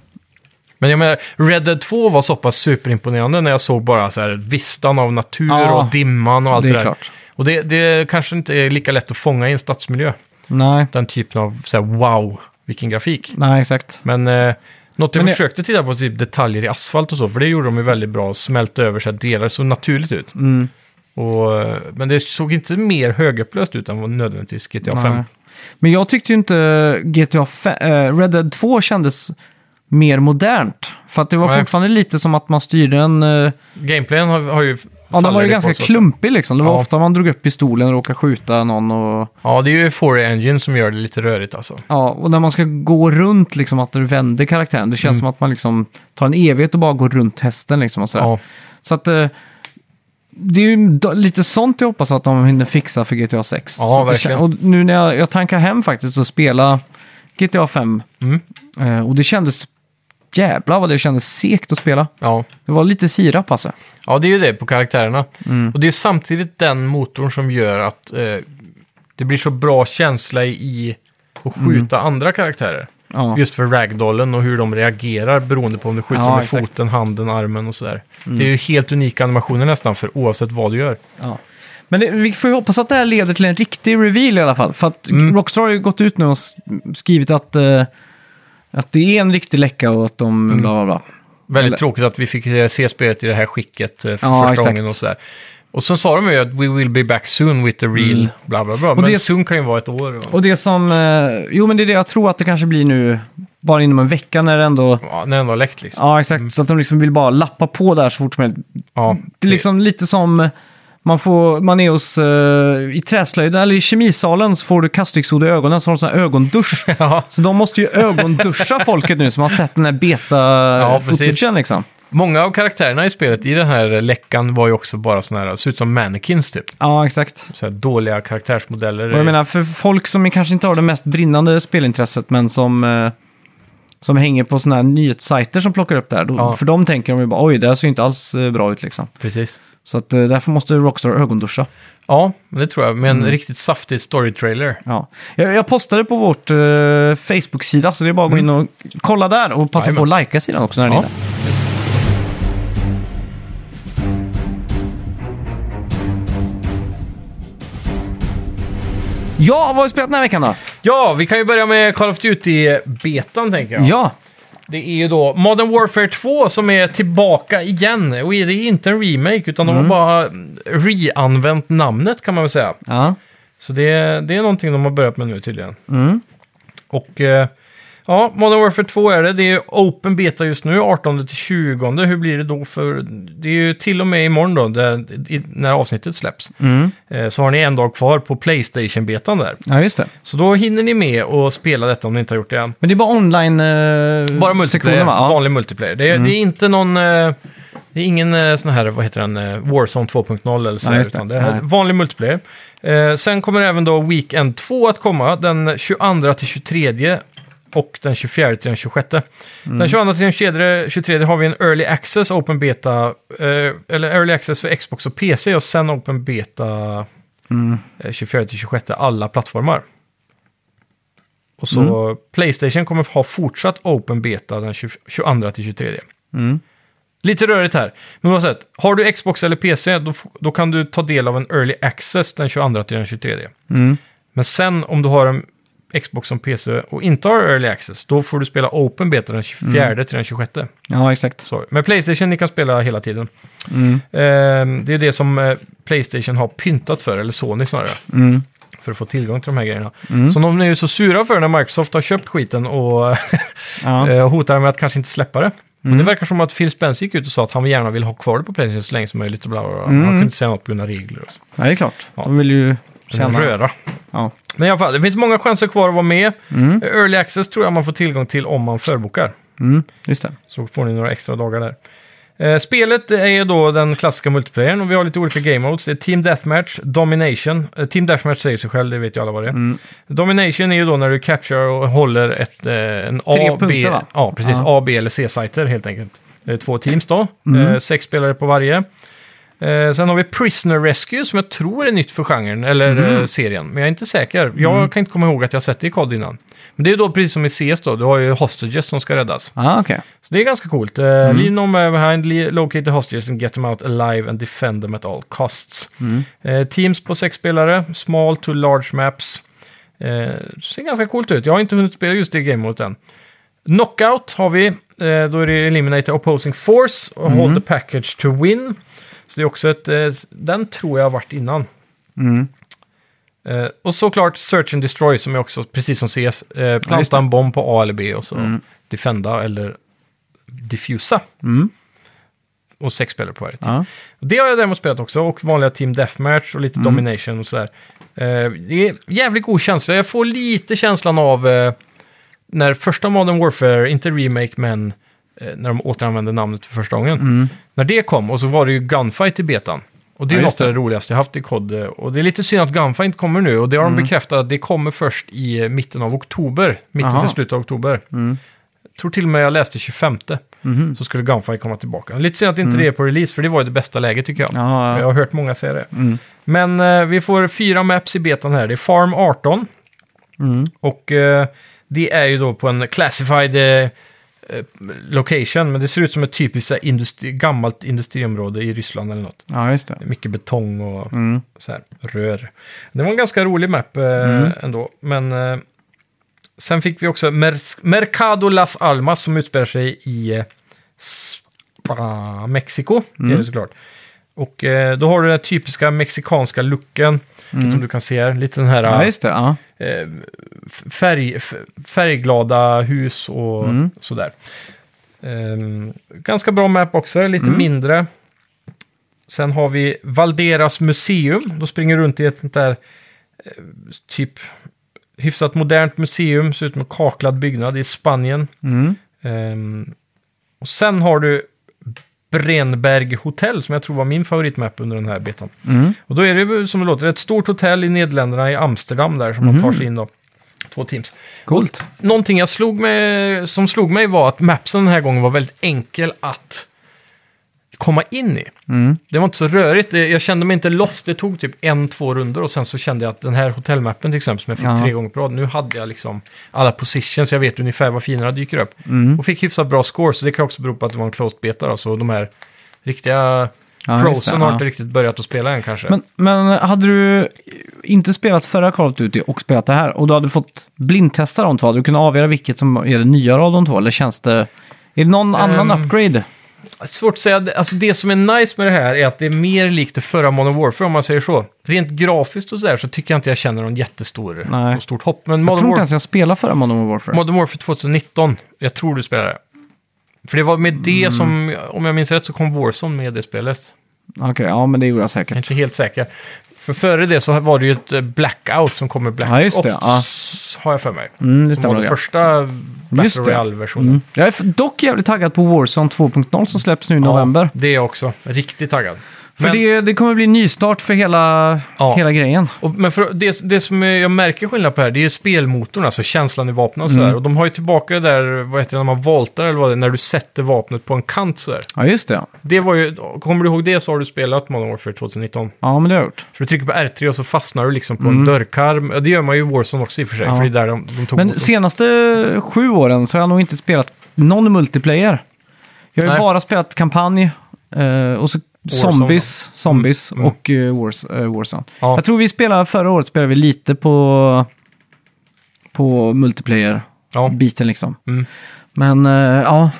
A: Men jag menar, Red Dead 2 var så pass superimponerande när jag såg bara så här vistan av natur
B: Ja,
A: och dimman och allt
B: det
A: det,
B: är
A: där.
B: klart.
A: Och det, det kanske inte är lika lätt att fånga i en stadsmiljö.
B: Nej,
A: Den typen av så här, wow, vilken grafik.
B: nej exakt.
A: Men eh, något jag
B: Men det-
A: försökte titta på typ detaljer i asfalt och så, för det gjorde de ju väldigt bra. Smälte över så att delar såg naturligt ut.
B: Mm.
A: Och, eh, men det såg inte mer högupplöst ut än vad nödvändigtvis GTA 5.
B: Nej. Men jag tyckte ju inte GTA 5, eh, Red Dead 2 kändes mer modernt. För att det var
A: Nej.
B: fortfarande lite som att man styrde en... eh,
A: Gameplayen har, har ju...
B: Ja, den
A: faller
B: var ju
A: det på
B: ganska
A: ett sätt.
B: klumpig liksom. Det var
A: Ja.
B: ofta man drog upp pistolen och råkade skjuta någon och...
A: Ja, det är ju Euphoria Engine som gör det lite rörigt alltså.
B: Ja, och när man ska gå runt liksom att du vänder karaktären. Det känns
A: Mm.
B: som att man liksom tar en evighet och bara går runt hästen liksom och sådär.
A: Ja.
B: Så att... eh, Det är ju d- lite sånt jag hoppas att de hinner fixa för GTA 6.
A: Ja,
B: Så att det
A: verkligen.
B: kän- Och nu när jag, jag tankar hem faktiskt och spela GTA 5
A: Mm.
B: Eh, och det kändes... Jävlar vad det kändes segt att spela.
A: ja.
B: Det var lite sirap alltså.
A: Ja, det är ju det på karaktärerna.
B: Mm.
A: Och det är ju samtidigt den motorn som gör att eh, det blir så bra känsla i att skjuta
B: Mm.
A: andra karaktärer.
B: Ja,
A: Just för ragdollen och hur de reagerar beroende på om du skjuter
B: Ja,
A: dem med
B: exakt. Mm.
A: foten, handen, armen och sådär. Det är ju helt unika animationer nästan för oavsett vad du gör.
B: ja. Men det, vi får ju hoppas att det här leder till en riktig reveal i alla fall. För att
A: Mm.
B: Rockstar har ju gått ut nu och s- skrivit att, eh, att det är en riktig läcka och att de...
A: Mm.
B: Bla, bla, bla.
A: Väldigt
B: Eller-
A: tråkigt att vi fick eh, se spelet i det här skicket eh, för
B: Ja,
A: första
B: exakt.
A: gången och sådär. Och sen sa de ju att we will be back soon with the real bla bla bla. men
B: Mm. det-
A: soon kan ju vara ett år. Och...
B: Och det som... Eh, jo, men det är det jag tror att det kanske blir nu, bara inom en vecka när det ändå...
A: Ja, när den har läckt liksom.
B: Ja, exakt. Så att de liksom vill bara lappa på där så fort som möjligt.
A: Ja,
B: Det är liksom lite som man, får, man är hos, eh, i träslöjden eller i kemisalen så får du kastriksoda i ögonen så har de sån här ögondusch.
A: ja.
B: så de måste ju ögonduscha folket nu som har sett den här
A: precis.
B: beta-footagen liksom.
A: Många av karaktärerna i spelet i den här läckan var ju också bara sådana här, såg ut som mannequins typ.
B: Ja, exakt.
A: Så här dåliga karaktärsmodeller.
B: Och jag menar, för folk som kanske inte har det mest brinnande spelintresset men som, eh, som hänger på såna här nyhetssajter som plockar upp det här. Då,
A: Ja.
B: För de tänker de ju bara oj, det här ser ju inte alls eh, bra ut liksom.
A: Precis.
B: Så att, eh, därför måste Rockstar ögonduscha.
A: Ja, men det tror jag. Med en
B: Mm.
A: riktigt saftig story-trailer.
B: Ja. Jag, jag postade på vårt eh, Facebook-sida, så det är bara att gå in och kolla där och passa
A: Mm. Jajamän.
B: på att likea sidan också när ni är
A: Ja.
B: där. Ja, vad har vi spelat den här veckan då?
A: ja, vi kan ju börja med Call of Duty-betan tänker jag.
B: Ja,
A: Det är ju då Modern Warfare 2 som är tillbaka igen. Och det är inte en remake, utan
B: Mm.
A: de har bara reanvänt namnet kan man väl säga.
B: ja.
A: Så det, det är någonting de har börjat med nu tydligen.
B: Mm.
A: Och eh, ja, Modern Warfare 2 är det. Det är open beta just nu, 18 till 20. Hur blir det då för... Det är ju till och med imorgon då, där, i, när avsnittet släpps.
B: Mm.
A: Eh, så har ni en dag kvar på Playstation-betan där.
B: ja, just det.
A: Så då hinner ni med och spela detta om ni inte har gjort det än.
B: Men det är bara online eh,
A: Bara
B: sektioner,
A: multiplayer,
B: va? Ja. Mm.
A: vanlig multiplayer. Det är, det är inte någon... eh, Det är ingen eh, sån här, vad heter den, eh, Warzone 2.0 eller så,
B: Nej,
A: här,
B: just det.
A: utan det är
B: Nej.
A: vanlig multiplayer. Eh, sen kommer även då Weekend 2 att komma, den 22 till 23 och den 24 till den 26.
B: Mm.
A: Den 22 till den 23, 23 har vi en Early Access Open Beta, eh, eller Early Access för Xbox och PC och sen Open Beta
B: Mm.
A: eh, 24 till 26, alla plattformar. Och så Playstation kommer ha fortsatt Open Beta den 20, 22 till 23.
B: Mm.
A: Lite rörigt här, men oavsett. Har du Xbox eller PC, då, f- då kan du ta del av en Early Access den 22 till den 23.
B: Mm.
A: Men sen om du har en Xbox som PC och inte har Early Access, då får du spela Open Beta den 24 till den 26.
B: Ja, exakt.
A: Sorry. Men Playstation, ni kan spela hela tiden.
B: Mm.
A: Ehm, det är det som eh, Playstation har pyntat för, eller Sony snarare,
B: Mm.
A: för att få tillgång till de här grejerna.
B: Mm.
A: Så de är ju så sura för när Microsoft har köpt skiten och
B: Ja.
A: eh, hotar med att kanske inte släppa det. Men det
B: Mm.
A: verkar som att Phil Spencer gick ut och sa att han gärna vill ha kvar det på Playstation så länge som möjligt och bla bla bla.
B: Mm.
A: Han kunde inte säga något på grund av regler och så.
B: ja, det är klart.
A: Ja.
B: De vill ju
A: En
B: tjäna.
A: Röra.
B: Ja.
A: Men i alla fall, det finns många chanser kvar att vara med.
B: Mm.
A: Early Access tror jag man får tillgång till om man förbokar.
B: Mm. Just det.
A: Så får ni några extra dagar där. Eh, spelet är då den klassiska multiplayern och vi har lite olika game modes. Det är Team Deathmatch, Domination. Eh, Team Deathmatch säger sig själv, det vet ju alla vad det är.
B: Mm.
A: Domination är ju då när du capture och håller ett, eh, en
B: Tre
A: A, B,
B: punkter, va?
A: ja, precis,
B: Ja.
A: A, B eller C-sajter helt enkelt. Det är två teams då,
B: Mm.
A: eh, sex spelare på varje. Eh, sen har vi Prisoner Rescue som jag tror är nytt för genren, eller
B: Mm.
A: eh, serien, men jag är inte säker. Jag kan inte komma ihåg att jag sett det i COD innan. Men det är då precis som i CS då, du har ju hostages som ska räddas.
B: Ah, okej.
A: Så det är ganska coolt. Eh,
B: Mm.
A: Leave no man behind, le- locate the hostages and get them out alive and defend them at all costs.
B: Mm.
A: Eh, teams på sex spelare, small to large maps. Eh, ser ganska coolt ut. Jag har inte hunnit spela just det gamet än. Knockout har vi. Eh, då är det eliminate the opposing force
B: Mm.
A: och hold the package to win. Så det är också ett... Eh, den tror jag har varit innan.
B: Mm.
A: Eh, och såklart Search and Destroy som är också, precis som CS, eh,
B: just det.
A: planta en bomb på A eller B och så
B: Mm.
A: defenda eller diffusa.
B: Mm.
A: Och sex spelare på varje team.
B: Ja.
A: Och Det har jag däremot spelat också, och vanliga Team Deathmatch och lite
B: Mm.
A: Domination och sådär. Eh, det är jävligt god känsla. Jag får lite känslan av eh, när första Modern Warfare, inte Remake, men eh, när de återanvände namnet för första gången.
B: Mm.
A: När det kom, och så var det ju Gunfight i betan. Och det är
B: Ja, just
A: något av det roligaste jag haft i COD. eh, Och det är lite synd att Gunfight inte kommer nu. Och det har
B: Mm.
A: de bekräftat att det kommer först i eh, mitten av oktober. Mitten
B: Aha.
A: till slutet av oktober.
B: Mm.
A: tror till och med jag läste 25
B: Mhm.
A: så skulle Gunfight komma tillbaka. Lite synd att inte det är på release, för det var ju det bästa läget tycker jag.
B: Ja,
A: Jag
B: ja.
A: har hört många säga det.
B: Mm.
A: Men eh, vi får fyra maps i betan här. Det är Farm 18
B: Mm.
A: och eh, det är ju då på en classified eh, eh, location. Men det ser ut som ett typiskt så här, industri, gammalt industriområde i Ryssland eller något.
B: ja, just det.
A: Det är Mycket betong och
B: Mm.
A: så här, rör. Det var en ganska rolig map eh,
B: Mm.
A: ändå. Men eh, sen fick vi också Mer- Mercado Las Almas som utspelar sig i eh, Spa, Mexiko.
B: Mm.
A: Är det såklart. Och eh, då har du den här typiska mexikanska looken. Som du kan se här. Lite den
B: mm. Ja,
A: här
B: just det. Ja.
A: eh, f- färg, f- färgglada hus och
B: Mm.
A: sådär. Ehm, ganska bra map också, lite
B: Mm.
A: mindre. Sen har vi Valderas museum. Då springer du runt i ett sånt där eh, typ hyfsat modernt museum. Ser ut som en kaklad byggnad i Spanien.
B: Mm.
A: Ehm, och sen har du Brenberg Hotel som jag tror var min favoritmap under den här betan.
B: Mm.
A: Och då är det ju, som det låter ett stort hotell i Nederländerna, i Amsterdam där, som
B: Mhm.
A: man tar sig in då. Två teams.
B: Coolt.
A: Någonting jag slog mig, som slog mig var att mapsen den här gången var väldigt enkel att komma in i.
B: Mm.
A: Det var inte så rörigt, Det- jag kände mig inte lost. Det tog typ en, två runder och sen så kände jag att den här hotellmappen till exempel, som jag fick
B: Ja.
A: tre gånger på rad, nu hade jag liksom alla positions, jag vet ungefär var finerna dyker upp.
B: Mm.
A: Och fick hyfsat bra score, så det kan också bero på att det var en closed beta då, så de här riktiga
B: Ja, just det,
A: prosen har
B: ja.
A: inte riktigt börjat att spela än kanske.
B: Men, men hade du inte spelat förra Call of Duty och spelat det här och du hade fått blindtesta de två, hade du kunnat avgöra vilket som är det nya av de två? Eller känns det... Är det någon annan
A: Ehm.
B: upgrade?
A: Svårt att säga. Alltså det som är nice med det här är att det är mer likt det förra Modern Warfare, om man säger så. Rent grafiskt och sådär så tycker jag inte jag känner någon jättestor
B: Nej.
A: och stort hopp. Men
B: Jag tror
A: Modern,
B: inte
A: Warfare,
B: ens jag spelade förra Modern Warfare.
A: Modern Warfare 2019, jag tror du spelar det. För det var med det
B: Mm.
A: som, om jag minns rätt, så kom Warzone med det spelet.
B: Okej, ja men det gjorde jag
A: Jag är
B: säkert.
A: inte helt säker. För före det så var det ju ett eh, Blackout som kom med Black
B: Ja, just det,
A: Ops, har jag för mig.
B: Mm, det
A: Det
B: stämmer
A: var
B: nog.
A: den
B: ja.
A: första
B: Just
A: Battle
B: det.
A: Royale-versionen.
B: Mm. Jag är f- dock jävligt taggad på Warzone 2.0 som släpps nu i november.
A: Ja, det är jag också. Riktigt taggad.
B: För
A: Men-
B: det, det kommer bli en nystart för hela,
A: Ja.
B: hela grejen.
A: Och, men för, det, det som jag märker skillnad på här, det är spelmotorn, alltså känslan i vapnen och sådär.
B: Mm.
A: Och de har ju tillbaka det där, vad heter det, när man voltar eller vad det är, när du sätter vapnet på en kant sådär.
B: Ja, just det. ja.
A: Det var ju, kommer du ihåg det så har du spelat Modern Warfare 2019.
B: Ja, men det har jag gjort.
A: Så du trycker på R3 och så fastnar du liksom på en dörrkarm. Ja, Det gör man ju i Warzone också i och för sig,
B: Mm. Ja.
A: för det är där de, de tog
B: Men
A: motorn.
B: senaste sju åren så har jag nog inte spelat någon multiplayer. Jag har ju
A: Nej.
B: bara spelat kampanj eh, och så
A: Warzone,
B: zombies, zombies
A: Mm, mm.
B: och eh, Wars, eh, Warzone.
A: Ja.
B: Jag tror vi spelade, förra året spelade vi lite på, på multiplayer-biten
A: Ja.
B: liksom.
A: Mm.
B: Men eh, ja,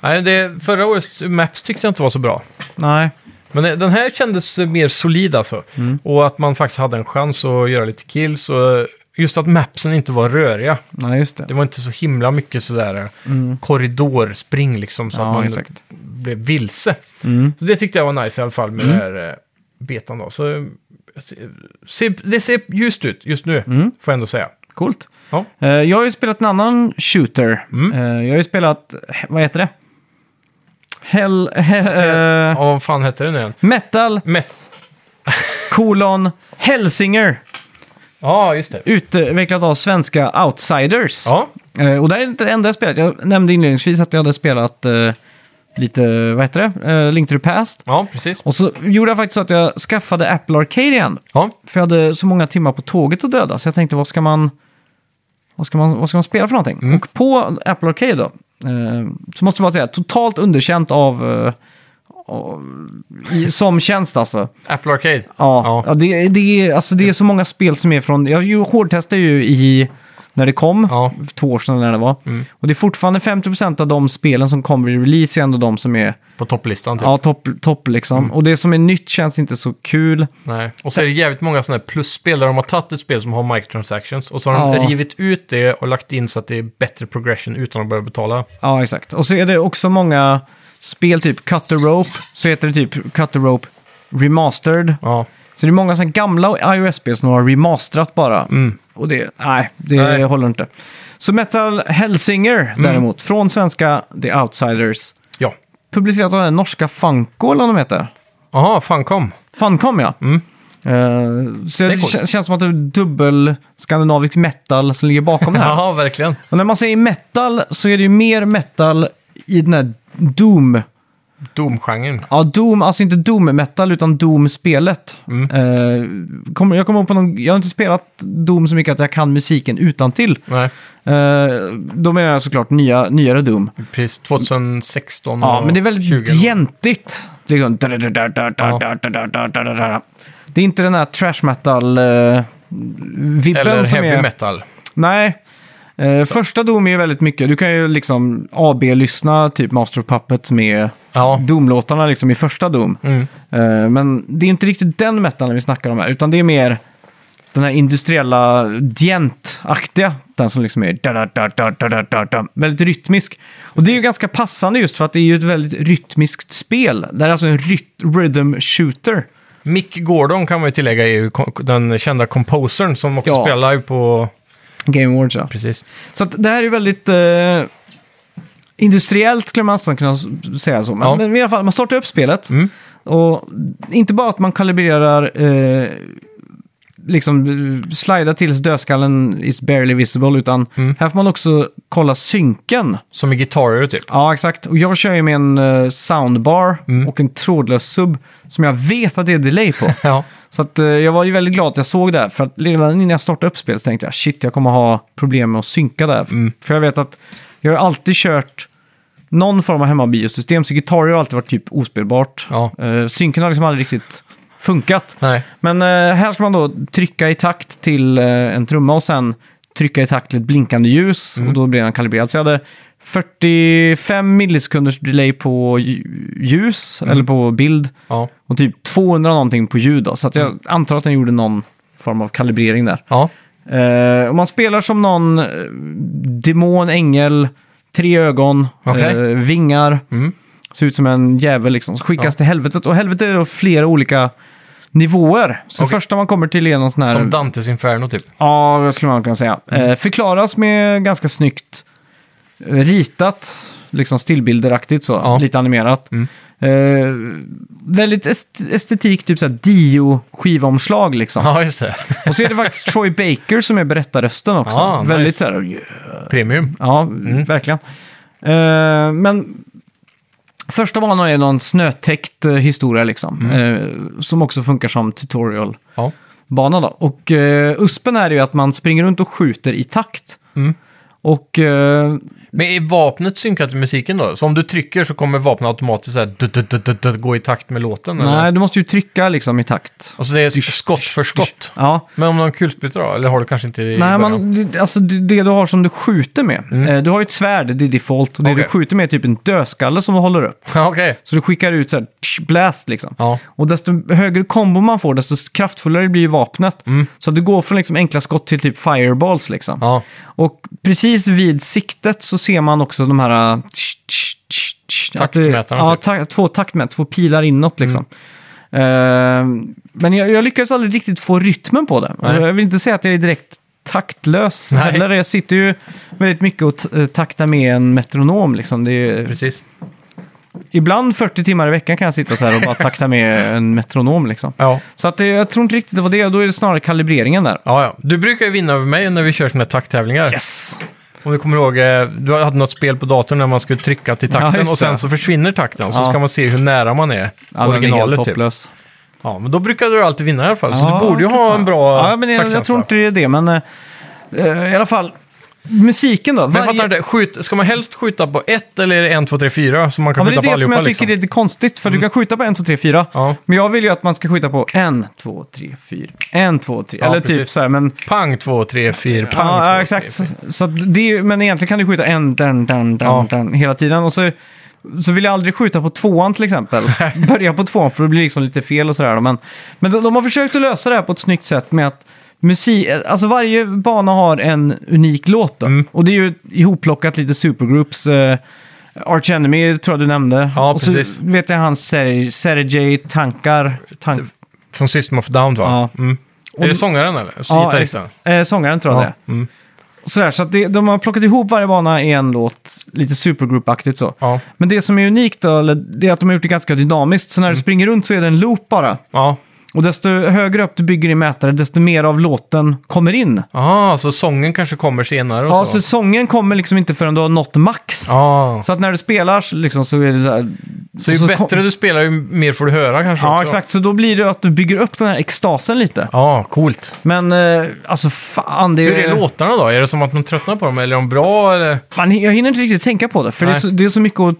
A: Nej, det, förra årets Maps tyckte jag inte var så bra.
B: nej.
A: Men eh, den här kändes eh, mer solid alltså.
B: Mm.
A: Och att man faktiskt hade en chans att göra lite kills. Och eh, just att mapsen inte var röriga.
B: Nej, just det.
A: Det var inte så himla mycket sådär eh, korridorspring liksom. Så
B: Mm. Ja,
A: att man
B: exakt.
A: blev vilse.
B: Mm.
A: Så det tyckte jag var nice i alla fall med den här eh, betan då. Så eh, se- det ser ljust ut just nu,
B: Mm.
A: får jag ändå säga.
B: Coolt.
A: Ja.
B: Eh, jag har ju spelat en annan shooter.
A: Mm.
B: Eh, jag har ju spelat, he- vad heter det? Hell... He, eh,
A: Ja, vad fan hette den nu igen?
B: Metal
A: Met-
B: kolon Hellsinger.
A: ja, just det.
B: Utvecklat av svenska Outsiders.
A: Ja,
B: Eh, och det är inte det enda jag spelat. Jag nämnde inledningsvis att jag hade spelat eh, lite, vad heter det? Eh, Link to the Past.
A: ja precis.
B: Och så gjorde jag faktiskt så att jag skaffade Apple Arcade igen.
A: Ja,
B: För jag hade så många timmar på tåget att döda, så jag tänkte vad ska man, vad ska man, vad ska man spela för någonting? Och på Apple Arcade då, eh, så måste jag bara säga totalt underkänt av, eh, av i, som tjänst alltså.
A: Apple Arcade.
B: Ja, ja.
A: Ja.
B: det, det, är- alltså det är så många spel som är från, jag ju- hårdtestade ju i, när det kom,
A: Ja. Mm.
B: för två år sedan när det var. Och det är fortfarande 50% av de spelen som kom vid release är ändå de som är
A: På topplistan typ. Mm.
B: ja, topp topp liksom. Och det som är nytt känns inte så kul.
A: Nej. Och så är det jävligt många sådana här plusspel där de har tagit ett spel som har microtransactions och så har
B: Ja.
A: de rivit ut det och lagt in så att det är bättre progression utan att behöva betala.
B: Ja, exakt. Och så är det också många spel, typ Cut the Rope, så heter det typ Cut the Rope Remastered.
A: Ja,
B: Så det är många sådana gamla iOS-spel som har remasterat bara. Och det, nej, det
A: Mm. Nej. Mm.
B: håller inte. Så Metal Hellsinger däremot, från svenska The Outsiders.
A: ja.
B: Publicerat av den norska Funko, eller vad de heter.
A: Jaha, Funcom.
B: Funcom, ja. Eh, så det,
A: Mm. är coolt.
B: kän- känns som att det är dubbel skandinavisk metal som ligger bakom det här.
A: Ja, verkligen.
B: Och när man säger metal så är det ju mer metal i den här Doom.
A: Doom-genren.
B: Ja, Doom, alltså inte Doom-metal utan Doom-spelet. Eh, kommer- jag kommer ihåg på någon, jag har inte spelat Doom så mycket att jag kan musiken utan till.
A: Nej,
B: Uh, då menar jag såklart nya, nyare Doom.
A: precis. 2016
B: Ja,
A: och
B: men det är väldigt
A: 20.
B: jäntigt. Liksom. Det är inte den här trash metal-vibben
A: Eller
B: som
A: heavy
B: är...
A: metal.
B: Nej. Eh, första Doom är ju väldigt mycket, du kan ju liksom AB-lyssna typ Master of Puppets med
A: Ja,
B: Doom-låtarna liksom i första Doom.
A: Mm.
B: Eh, men det är inte riktigt den metallen vi snackar om här, utan det är mer den här industriella djent-aktiga. Den som liksom är da da da da da da da da väldigt rytmisk. Och det är ju ganska passande just för att det är ju ett väldigt rytmiskt spel. Det här är alltså en ryt- rhythm shooter.
A: Mick Gordon kan man ju tillägga är ju kon- den kända composern som också
B: Ja.
A: spelar live på...
B: Game Awards ja.
A: Precis.
B: Så att det här är väldigt eh, industriellt skulle man nästan kunna s- säga så. Men,
A: Ja.
B: men i alla fall, man startar upp spelet.
A: Mm.
B: Och inte bara att man kalibrerar, eh, liksom eh, slida tills dödskallen is barely visible, utan här får man också kolla synken.
A: Som i gitarrer typ.
B: Ja, exakt. Och jag kör ju med en eh, soundbar och en trådlös sub som jag vet att det är delay på.
A: Ja,
B: Så att, eh, jag var ju väldigt glad att jag såg det, här, för att redan innan jag startade upp spelet så tänkte jag shit, jag kommer ha problem med att synka där. För jag vet att jag har alltid kört någon form av hemmabiosystem, så gitarrer har alltid varit typ ospelbart.
A: Ja.
B: Eh, synken har liksom aldrig riktigt funkat.
A: nej.
B: Men eh, här ska man då trycka i takt till eh, en trumma och sen trycka i takt till ett blinkande ljus och då blir den kalibrerad. Så jag hade 45 millisekunders delay på lj- ljus eller på bild.
A: Ja.
B: Och typ 200 någonting på ljud då, så att jag antar att den gjorde någon form av kalibrering där.
A: Ja.
B: Eh, och man spelar som någon eh, demon, ängel, tre ögon,
A: Okej.
B: eh, vingar.
A: Mm.
B: Ser ut som en djävul liksom. Så skickas
A: Ja.
B: till helvetet. Och helvetet är då flera olika nivåer. Så
A: Okej.
B: första man kommer till är någon sån här...
A: Som Dantes Inferno typ. Mm.
B: Ja, det skulle man kunna säga. Eh, förklaras med ganska snyggt eh, ritat liksom stillbilderaktigt så,
A: Ja. Mm.
B: lite animerat. Eh, väldigt est estetik, typ såhär Dio-skivomslag liksom.
A: Ja, just det.
B: Och så är det faktiskt Troy Baker som är berättarrösten också.
A: Ah, nice. Mm.
B: väldigt såhär,
A: Premium.
B: Ja, verkligen. Eh, men första banan är någon snötäckt eh, historia liksom.
A: Mm.
B: Eh, som också funkar som tutorialbana
A: Ja.
B: då. Och eh, USPen är ju att man springer runt och skjuter i takt.
A: Mm.
B: Och eh,
A: Men är vapnet synkat till musiken då? Så om du trycker så kommer vapnet automatiskt så här, du, du, du, du, du, gå i takt med låten?
B: nej,
A: Eller?
B: du måste ju trycka liksom i takt.
A: Alltså det är skott för skott.
B: Ja,
A: Men om du har en kulspruta då? Eller har du kanske inte i
B: nej,
A: början? Mm.
B: man, det- alltså det det du har som du skjuter med. Eh, du har ju ett svärd, det är default. Och det du
A: Okej.
B: skjuter med är typ en dödskalle som du håller upp.
A: Ja, Okej.
B: Så du skickar ut så här, tsch, blast liksom.
A: Ja.
B: Och desto högre kombo man får, desto kraftfullare blir ju vapnet.
A: Mm.
B: Så att du går från liksom enkla skott till typ fireballs liksom.
A: Ja.
B: Och precis vid siktet så ser man också de här... äh, tsch, tsch, tsch, tsch, att det-
A: Taktmätarna,
B: Ja,
A: typ. Mm.
B: ta, två taktmätare, två pilar inåt liksom. Ehm, men jag, jag lyckades aldrig riktigt få rytmen på det. Och
A: Nej.
B: Jag vill inte säga att jag är direkt taktlös
A: Nej.
B: heller. Jag sitter ju väldigt mycket och t- äh, taktar med en metronom liksom. Det är,
A: Precis.
B: ibland 40 timmar i veckan kan jag sitta så här och bara takta med en metronom liksom.
A: Ja.
B: Så att det, jag tror inte riktigt det var det, och då är det snarare kalibreringen där.
A: Ja, ja. Du brukar ju vinna över mig när vi kör såna här takttävlingar.
B: Yes!
A: Om du kommer ihåg, eh, du hade något spel på datorn när man skulle trycka till takten
B: just
A: och sen
B: det.
A: så försvinner takten och så
B: Ja.
A: ska man se hur nära man är originalet. Typ.
B: hopplös.
A: Ja, men då brukade du alltid vinna i alla fall, så
B: Ja,
A: du borde ju
B: kanske
A: ha en bra
B: Ja, men jag, jag
A: taktkänsla.
B: tror inte det är det, men eh, eh, i alla fall. Musiken då?
A: Men jag fattar inte, skjut, ska man helst skjuta på ett eller är det en, två, tre, fyra? Så man
B: Ja,
A: kan
B: men det
A: skjuta på
B: är det som
A: allihopa
B: jag tycker
A: liksom.
B: är lite konstigt, för du kan skjuta på en, två, tre, fyra.
A: Ja.
B: Men jag vill ju att man ska skjuta på en, två, tre, fyra. En, två, tre.
A: Ja,
B: Eller typ
A: precis.
B: så här, men...
A: Pang, två, tre, fyra, pang, två,
B: Ja, ja,
A: tre,
B: exakt.
A: fyra.
B: typ. Så att det är, men egentligen kan du skjuta en, den, den, den,
A: Ja.
B: den hela tiden. Och så, så vill jag aldrig skjuta på tvåan till exempel. Börja på tvåan för det blir liksom lite fel och sådär. då. Men, men de, de har försökt att lösa det här på ett snyggt sätt med att musik, alltså varje bana har en unik låt. Då.
A: Mm.
B: Och det är ju ihopplockat lite supergroups. Eh, Arch Enemy tror jag du nämnde.
A: Ja,
B: och
A: precis.
B: så vet jag hans Ser- Sergej Tankar.
A: Typ.
B: Tank,
A: Från System of a Down, va?
B: Ja.
A: Mm. Är det sångaren eller? Så gitarristen?
B: ex- eh, sångaren tror jag det är.
A: Mm.
B: Sådär, så att det, de har plockat ihop varje bana i en låt, lite supergroup-aktigt så.
A: Ja.
B: Men det som är unikt då, eller det är att de har gjort det ganska dynamiskt. Så när
A: Mm.
B: du springer runt så är det en loop bara.
A: Ja.
B: Och desto högre upp du bygger din mätare, desto mer av låten kommer in.
A: Aha, så sången kanske kommer senare och
B: Ja,
A: så?
B: så sången kommer liksom inte förrän du har nått max.
A: Ja,
B: Så att när du spelar så liksom, så är det så här...
A: så ju
B: så kom-
A: bättre du spelar ju mer får du höra kanske
B: Ja,
A: också.
B: exakt. Så då blir det att du bygger upp den här extasen lite.
A: Ja, coolt.
B: Men eh, alltså fan, det är...
A: Hur är låtarna då? Är det som att man tröttnar på dem eller är de bra? Eller?
B: Man, jag hinner inte riktigt tänka på det, för det är,
A: Nej.
B: så, det är så mycket att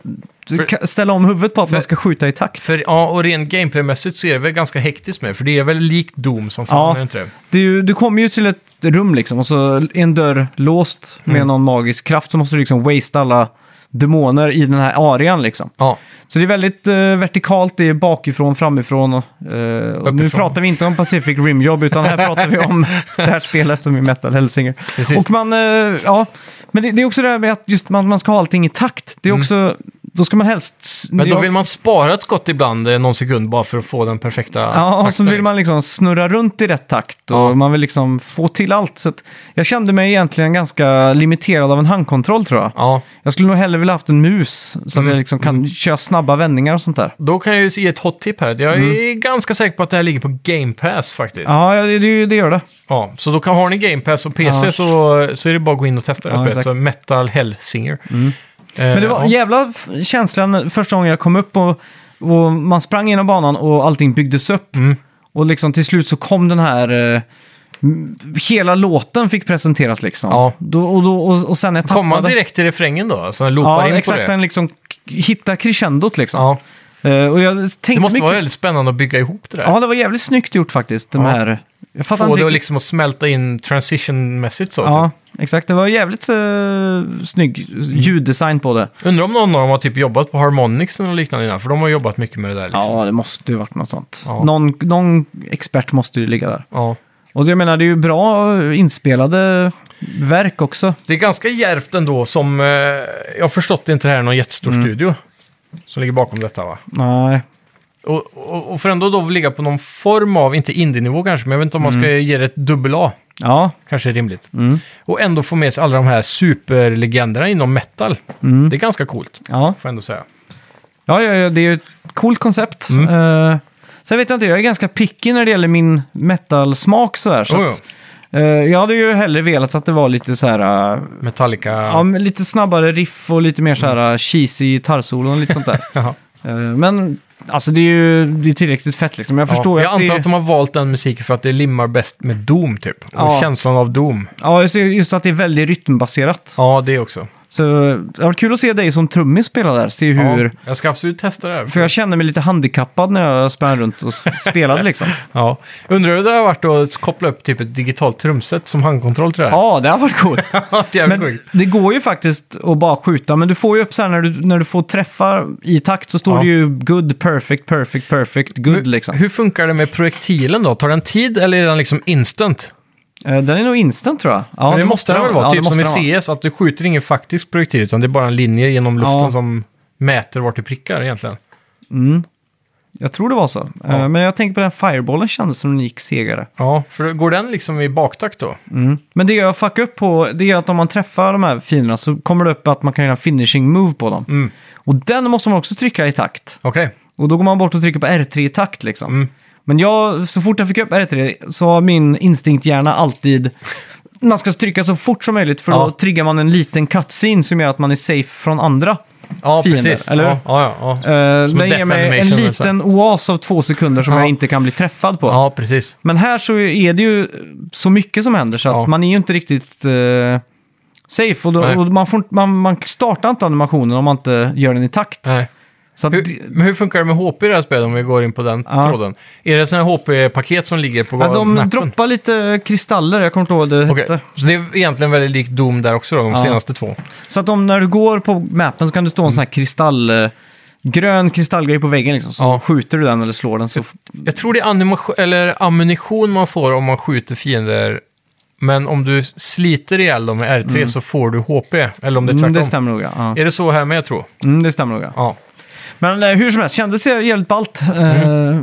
A: För-
B: ka- ställa om huvudet på att man ska skjuta i takt.
A: För, ja, och rent gameplaymässigt så är det väl ganska hektiskt med, för det är väl likt Doom som fan,
B: Ja.
A: är det inte det?
B: Det är ju, du kommer ju till ett rum liksom och så är en dörr låst med
A: Mm.
B: någon magisk kraft så måste du liksom waste alla demoner i den här arean liksom.
A: Ja,
B: Så det är väldigt eh, vertikalt, det är bakifrån, framifrån och, eh, och nu
A: Uppifrån.
B: pratar vi inte om Pacific Rim Job utan här pratar vi om det här spelet som är Metal Hellsinger.
A: Precis.
B: Och man, eh, ja, men det, det är också det här med att just man, man ska ha allting i takt. Det är också, då ska man helst...
A: Mm. men då
B: jag-
A: vill man spara ett skott ibland eh, någon sekund bara för att få den perfekta
B: Ja, och så
A: takten.
B: vill man liksom snurra runt i rätt takt och
A: Ja.
B: man vill liksom få till allt. Så att jag kände mig egentligen ganska limiterad av en handkontroll tror jag.
A: liksom. Ja, Mm.
B: Jag skulle nog hellre vilja haft en mus så att jag liksom kan köra snabba vändningar och sånt där.
A: då kan jag ju ge ett hot tip här. Jag är ganska säker på att det här ligger på Game Pass faktiskt. Ja.
B: Mm. Ja, ja, det, det, det gör det.
A: så då kan, har ni Game Pass och PC
B: Ja.
A: så, så är det bara att gå in och testa det
B: Ja,
A: här spelet.
B: exakt. Mm.
A: Så Metal Hellsinger.
B: Men det var
A: ja.
B: jävla f- känslan första gången jag kom upp och, och man sprang genom banan och allting byggdes upp.
A: Mm.
B: Och liksom till slut så kom den här... eh, m- Hela låten fick presenteras liksom.
A: Ja.
B: Då, och, då, och, och sen när jag
A: Kom man
B: tappade-
A: direkt till refrängen då? Så den loopar
B: Ja,
A: in
B: exakt.
A: på det?
B: Den liksom k- hittar crescendot liksom.
A: Ja,
B: Eh, och jag tänkte
A: det måste
B: mycket...
A: vara väldigt spännande att bygga ihop det där.
B: Ja, det var jävligt snyggt gjort faktiskt. De
A: Ja.
B: här... Jag fattar
A: Få
B: inte
A: det
B: riktigt-
A: att liksom att smälta in transitionmässigt så.
B: Ja, exakt. Det var jävligt uh, snygg ljuddesign på det.
A: Typ. Undrar om någon av dem har typ jobbat på Harmonixen och liknande innan, för de har jobbat mycket med det där. Liksom.
B: Ja, det måste ju varit något sånt.
A: Ja.
B: Någon, någon expert måste ju ligga där.
A: Ja.
B: Och jag menar, det är ju bra inspelade verk också.
A: Det är ganska djärvt ändå som, eh, jag har förstått det inte det här är någon jättestor
B: Mm.
A: studio som ligger bakom detta va?
B: Nej. Mm.
A: Och, och, och för ändå då ligga på någon form av, inte indie-nivå kanske, men jag vet inte om man ska ge det ett dubbel A.
B: Ja,
A: Kanske är rimligt.
B: Mm.
A: Och ändå få med sig alla de här superlegenderna inom metal.
B: Mm.
A: Det är ganska coolt,
B: ja.
A: får jag ändå säga.
B: Ja, ja, ja, det är ju ett coolt koncept.
A: Mm.
B: Eh, sen vet jag inte, jag är ganska picky när det gäller min metal-smak sådär. Så
A: Jo, jo.
B: att, eh, jag hade ju hellre velat att det var lite så här, eh,
A: Metallica...
B: ja. men lite snabbare riff och lite mer så här
A: Mm.
B: eh, cheesy gitarrsolon och lite sånt där.
A: Jaha.
B: Eh, men alltså det är ju det är tillräckligt fett liksom. Jag förstår
A: ja,
B: ju
A: jag
B: att det,
A: antar att de har valt den musiken för att det limmar bäst med Doom, typ. Och
B: Ja.
A: känslan av Doom.
B: Ja, just- just att det är väldigt rytmbaserat.
A: Ja, det också.
B: Så det var kul att se dig som trummis spela där, se hur...
A: Ja, jag ska absolut testa det här.
B: För jag kände mig lite handikappad när jag sprang runt och s- spelade liksom.
A: Ja. Undrar hur det har varit att koppla upp typ ett digitalt trumset som handkontroll till det här.
B: Ja, det har varit coolt.
A: Ja, det är
B: Men det går ju faktiskt att bara skjuta, men du får ju upp så här när du, när du får träffar i takt så står
A: Ja.
B: det ju good, perfect, perfect, perfect, good liksom.
A: Hur funkar det med projektilen då? Tar den tid eller är den liksom instant?
B: Eh, Den är nog instant tror jag. Ja,
A: Men det måste den väl vara?
B: Ja, det
A: typ som i
B: måste den vara.
A: CS, att du skjuter ingen faktisk projektil utan det är bara en linje genom luften
B: Ja.
A: som mäter vart du prickar egentligen.
B: Mm. Jag tror det var så. Eh,
A: Ja.
B: Men jag tänker på den fireballen kändes som den gick segare.
A: Ja, för går den liksom i baktakt då?
B: Men det jag fuckar upp på, det är att om man träffar de här finerna så kommer det upp att man kan göra en finishing move på dem.
A: Mm.
B: Och den måste man också trycka i takt.
A: Okej.
B: Och då går man bort och trycker på R3 i takt liksom.
A: Mm.
B: Men jag, så fort jag fick upp R3 så har min instinkthjärna alltid... Man ska trycka så fort som möjligt för
A: Ja.
B: då triggar man en liten cutscene som gör att man är safe från andra.
A: Ja,
B: Fiender,
A: precis.
B: eller hur?
A: ja, ja, ja.
B: Uh,
A: Som
B: det
A: en
B: ger
A: death
B: mig en
A: animation, eller så.
B: liten oas av två sekunder som
A: Ja.
B: jag inte kan bli träffad på.
A: ja, precis.
B: Men här så är det ju så mycket som händer så att
A: Ja.
B: man är ju inte riktigt eh, safe. Och, då,
A: Nej.
B: och man, får, inte- man, man startar inte animationen om man inte gör den i takt.
A: Nej.
B: Så att,
A: Hur, men hur funkar det med HP i det här spelet om vi går in på den
B: Ja.
A: tråden? Är det sådana HP-paket som ligger på
B: ja, de
A: mappen?
B: droppar lite kristaller, jag kommer inte ihåg vad det
A: Okej,
B: hette.
A: så det är egentligen väldigt likt Doom där också då, de
B: Ja.
A: senaste två.
B: Så att om, när du går på mappen så kan det stå en sån här kristall... eh, Grön kristallgrej på väggen liksom, så
A: Ja.
B: skjuter du den eller slår den så...
A: Jag tror det är animation, eller ammunition man får om man skjuter fiender. Men om du sliter ihjäl dem med R3 så får du HP. Eller om det är tvärtom.
B: Mm, det stämmer nog ja. ja.
A: Är det så här med jag tror?
B: Mm, det stämmer nog ja.
A: Ja.
B: Men eh, hur som helst, kändes det jävligt ballt. Eh,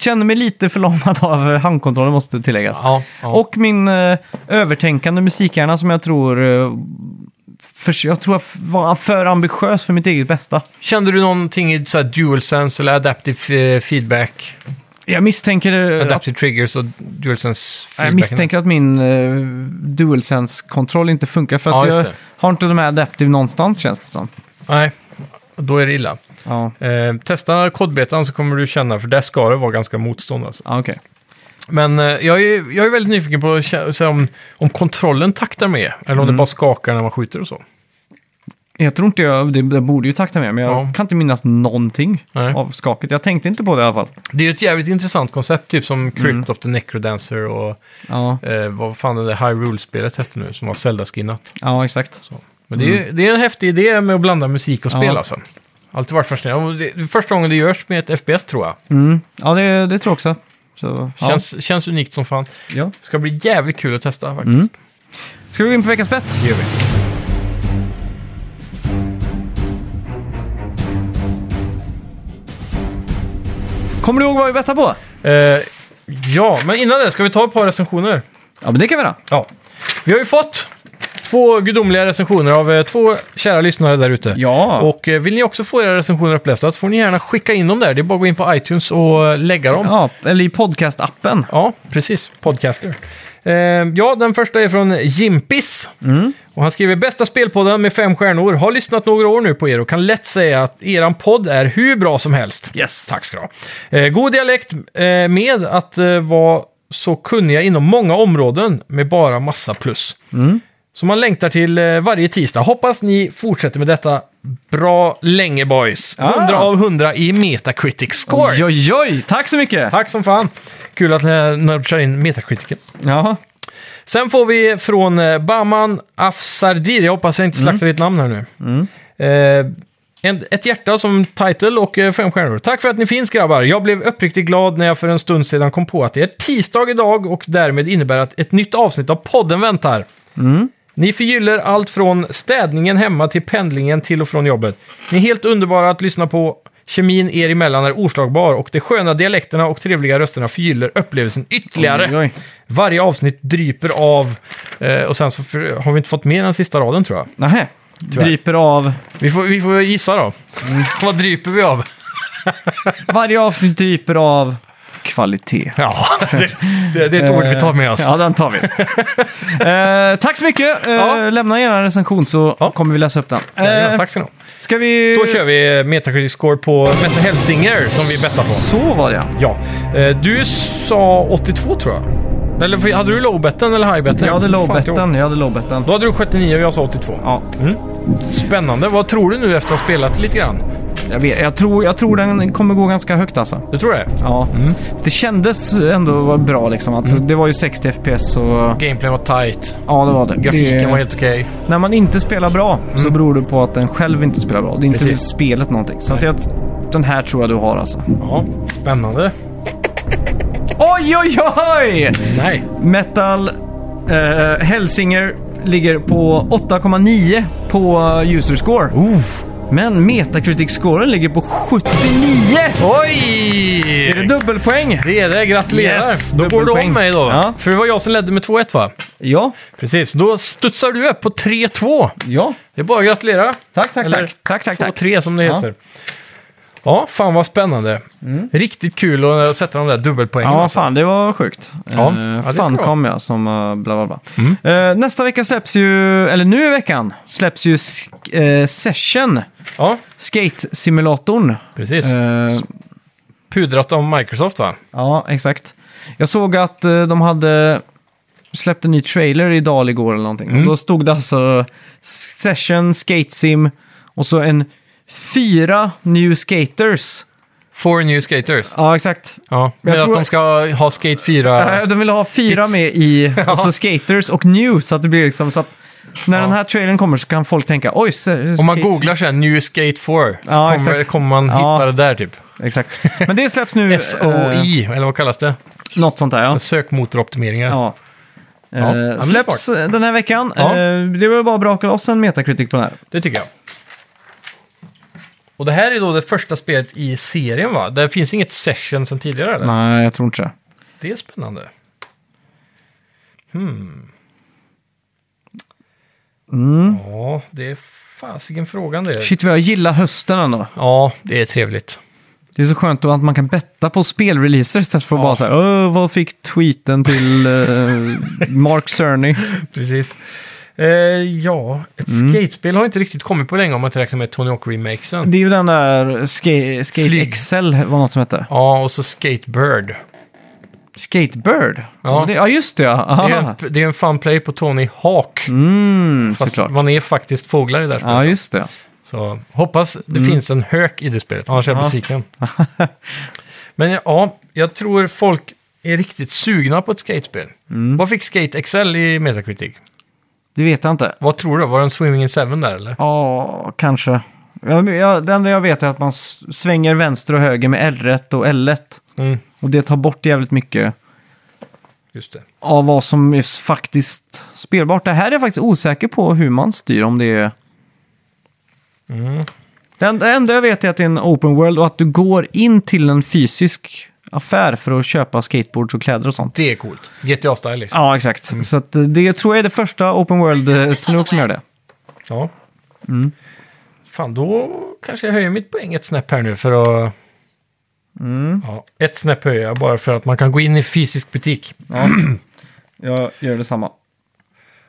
B: kände mig lite förlamad av eh, handkontrollen måste tilläggas.
A: ja, ja.
B: Och min eh, övertänkande musikhjärna som jag tror... Eh, för, jag tror jag f- var för ambitiös för mitt eget bästa.
A: Kände du någonting i så här DualSense eller Adaptive eh, Feedback?
B: Jag misstänker, eh, att,
A: Adaptive Triggers och DualSense
B: jag
A: Feedback?
B: misstänker att min eh, DualSense-kontroll inte funkar. För
A: Ja,
B: att
A: just
B: jag
A: det.
B: har inte de här Adaptive någonstans känns det som.
A: Nej, då är det illa.
B: Ja,
A: Eh, testa kodbetan så kommer du känna, för där ska det vara ganska motstånd alltså.
B: ja okej.
A: Men eh, jag är, jag är väldigt nyfiken på att kä- se om, om kontrollen taktar med, eller om
B: Mm.
A: det bara skakar när man skjuter och så.
B: Jag tror inte jag... Det, det borde ju takta med, men jag
A: Ja.
B: kan inte minnas någonting
A: Nej.
B: av skaket. Jag tänkte inte på det i alla fall.
A: Det är ju ett jävligt intressant koncept, typ som Crypt
B: Mm.
A: of the Necrodancer och
B: Ja,
A: eh, vad fan det där High Rule-spelet hette nu, som var Zelda-skinnat.
B: ja exakt.
A: Så. Men det, är, det är en häftig idé med att blanda musik och spel
B: Mm. Ja.
A: alltså. Alltid varit fascinerande. Och det, det är första gången det görs med ett FPS tror jag.
B: Mm. Ja, det, det tror jag också. Så, ja.
A: Känns, känns unikt som fan.
B: Ja.
A: Ska bli jävligt kul att testa faktiskt.
B: Mm. Ska vi gå in på veckans bett?
A: Det gör vi.
B: Kommer du ihåg vad vi bettade på?
A: Eh, ja, men innan det ska vi ta ett par recensioner.
B: Ja, men det kan vi göra.
A: Ja. Vi har ju fått två gudomliga recensioner av eh, två kära lyssnare där ute.
B: Ja.
A: Och eh, vill ni också få era recensioner upplästa så får ni gärna skicka in dem där. Det är bara att gå in på iTunes och eh, lägga dem. Ja,
B: Ja, eller i podcastappen.
A: precis. Podcaster. Eh, ja, den första är från Jimpis. Och han skriver “Bästa spelpodden med fem stjärnor. Har lyssnat några år nu på er och kan lätt säga att eran podd är hur bra som helst.
B: Yes.
A: Tack ska du ha. Eh, god dialekt eh, med att eh, vara så kunniga inom många områden med bara massa plus.
B: Mm.
A: Som man längtar till eh, varje tisdag. Hoppas ni fortsätter med detta bra länge boys. 100
B: Ah.
A: av 100 i Metacritic score.
B: Oj, oj, oj. Tack så mycket.
A: Tack som fan. Kul att ni nördar in Metacriticen.
B: Ja.
A: Sen får vi från eh, Bahman Afsardir, jag hoppas jag inte slaktar ditt namn här nu. Eh, en, ett hjärta som title och eh, fem stjärnor. Tack för att ni finns grabbar. Jag blev uppriktigt glad när jag för en stund sedan kom på att det är tisdag idag och därmed innebär att ett nytt avsnitt av podden väntar. Ni förgyller allt från städningen hemma till pendlingen till och från jobbet. Ni är helt underbara att lyssna på. Kemin er emellan är oslagbar och de sköna dialekterna och trevliga rösterna förgyller upplevelsen ytterligare.
B: Oj, oj.
A: Varje avsnitt dryper av... Eh, och sen så för, har vi inte fått med den sista raden tror jag.
B: Nähä. Dryper av...
A: Vi får, vi får gissa då.
B: Mm.
A: Vad dryper vi av?
B: Varje avsnitt dryper av kvalitet. Eh,
A: Ja, det, det, det är ett ord vi tar med oss.
B: Ja, den tar vi. Eh, tack så mycket. Eh,
A: Ja.
B: Lämna gärna en recension så
A: Ja.
B: kommer vi läsa upp den. Eh,
A: Ja, tack ska ni ha.
B: Ska vi...
A: Då kör vi Metacritic Score på Metal Hellsinger som vi bettar på.
B: Så var det ja.
A: Ja. Eh, Du sa 82 tror jag. Eller hade du lowbetten eller highbetten?
B: Jag hade
A: Fan, inte ihåg.
B: lowbetten, jag hade lowbetten.
A: Då hade du 79 och jag sa 82.
B: Ja,
A: Spännande. Vad tror du nu efter att ha spelat lite grann?
B: jag, vet, jag, tror, jag tror den kommer gå ganska högt alltså.
A: Du tror det?
B: Ja.
A: Mm.
B: Det kändes ändå bra liksom. Att Det var ju 60 FPS och...
A: Gameplay var tight.
B: Ja, det var det.
A: Grafiken
B: det,
A: var helt okej.
B: När man inte spelar bra så beror det på att den själv inte spelar bra. Det är inte
A: Precis.
B: spelet någonting. Så att jag, den här tror jag du har alltså.
A: Ja, spännande.
B: Oj, oj, oj!
A: Nej.
B: Metal eh, Hellsinger ligger på 8,9 på user score.
A: Oof.
B: Men Metacritic-scoren ligger på 79!
A: Oj!
B: Är det dubbelpoäng?
A: Det är det, gratulerar!
B: Yes,
A: då går du
B: dubbelpoäng.
A: om mig då.
B: Ja.
A: För det var jag som ledde med 2-1 va?
B: Ja,
A: Precis, då studsar du upp på 3-2.
B: ja.
A: Det är bara att gratulera.
B: Tack, tack,
A: Eller
B: tack. Tack, tack, tack.
A: 2-3 som det
B: Ja. Mm.
A: heter. Ja, fan vad spännande. Riktigt kul att eh, sätta de där dubbelpoängen.
B: Ja,
A: alltså.
B: fan, det var sjukt.
A: Ja,
B: Eh,
A: ja, det Mm. ska
B: fan
A: det
B: kom jag som uh, bla bla bla. Eh, nästa vecka släpps ju, eller nu i veckan, släpps ju sk- eh, Session,
A: Ja,
B: skate-simulatorn.
A: precis.
B: Eh,
A: Pudrat av Microsoft va?
B: ja, exakt. Jag såg att eh, de hade släppt en ny trailer idag eller igår eller någonting.
A: Mm.
B: Och då stod det alltså Session, Skate Sim och så en fyra new skaters.
A: Four new skaters.
B: Ja, exakt.
A: Ja, men att
B: tror-
A: de ska ha Skate 4.
B: Nej, Eh, de ville ha fyra
A: Hits.
B: med i, och så skaters och new, så att det blir liksom så att när
A: Ja.
B: den här trailern kommer så kan folk tänka oj,
A: Om man googlar sen New Skate 4 så
B: Ja,
A: kommer,
B: exakt.
A: kommer man
B: Ja.
A: hitta det där typ.
B: Exakt. Men det släpps nu. eh,
A: SOI, eller vad kallas det?
B: något sånt där, ja.
A: Sökmotoroptimeringar.
B: ja. Eh,
A: Ja, men
B: släpps den här veckan.
A: Ja.
B: Eh, det var bara att braka oss en metakritik på den här.
A: Det tycker jag. Och det här är då det första spelet i serien va? Det finns inget session sen tidigare eller?
B: Nej, jag tror inte det.
A: Det är spännande. Hmm.
B: Mm.
A: Ja, det är fasiken frågan det. är.
B: Shit vad jag gillar hösten ändå.
A: Ja, det är trevligt.
B: Det är så skönt då att man kan betta på spelreleaser istället för att
A: Ja.
B: bara säga öh, vad fick tweeten till eh, Mark Cerny?
A: Precis. Eh, ja, ett
B: Mm.
A: skatespel har inte riktigt kommit på länge om man inte räknar med Tony Hawk-remakesen.
B: Det är ju den där ska- Skate
A: Flyg.
B: Excel var något som hette.
A: Ja, och så Skatebird.
B: Skatebird?
A: Ja.
B: Ja, det, ja just det ja.
A: Det är,
B: Aha.
A: en, det är en fun play på Tony Hawk.
B: Mm,
A: fast
B: såklart.
A: man är faktiskt fåglar i det här spelet.
B: Ja, just det.
A: Så hoppas det finns en hök i det spelet, annars är jag
B: Ja.
A: besviken. Men ja, jag tror folk är riktigt sugna på ett skatespel.
B: Mm.
A: Vad fick Skate XL i Metacritic?
B: Det vet jag inte.
A: Vad tror du? Var det en Swimming in Seven där eller?
B: Ja, kanske. Ja, men jag, det enda jag vet är att man s- svänger vänster och höger med L1 och L1.
A: Mm,
B: Och det tar bort jävligt mycket
A: just det.
B: av vad som är s- faktiskt spelbart. Det här är jag faktiskt osäker på hur man styr om det är...
A: Mm.
B: Det en- det enda jag vet är att det är en open world och att du går in till en fysisk affär för att köpa skateboards och kläder och sånt.
A: Det är coolt. GTA-style liksom.
B: Ja, exakt. Så att eh, det tror jag är det första Open World-snok som gör det.
A: Ja.
B: Mm.
A: Fan, då kanske jag höjer mitt poäng ett snäpp här nu för att...
B: Mm.
A: Ja, ett snäpp höjer jag bara för att man kan gå in i fysisk butik.
B: Jag gör detsamma.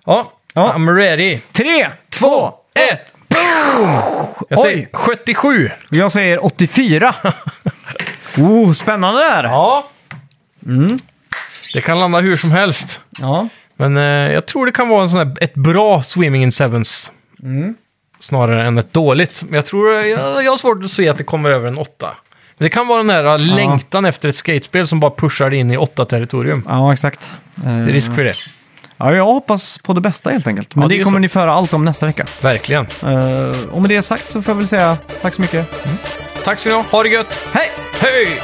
A: Ja,
B: Ja.
A: I'm ready.
B: Tre, två,
A: Ett! Boom! Jag säger
B: Oj.
A: 77.
B: Jag säger 84. oh, spännande där. Ja.
A: Ja. Det kan landa hur som helst. Men eh, jag tror det kan vara en sån här, ett bra Swimming in Sevens. Snarare än ett dåligt. Men jag tror, jag, jag har svårt att se att det kommer över en åtta. Men det kan vara den här eh, längtan efter ett skatespel som bara pushar in i åtta territorium.
B: ja, exakt. Eh,
A: Det är risk för det.
B: Ja, jag hoppas på det bästa helt enkelt. Men
A: Ja, det är
B: det
A: ju
B: kommer
A: så.
B: ni föra allt om nästa vecka.
A: Verkligen.
B: Eh, och med det sagt så får jag väl säga tack så mycket.
A: Tack så mycket. Ha det gött.
B: Hej!
A: Hej!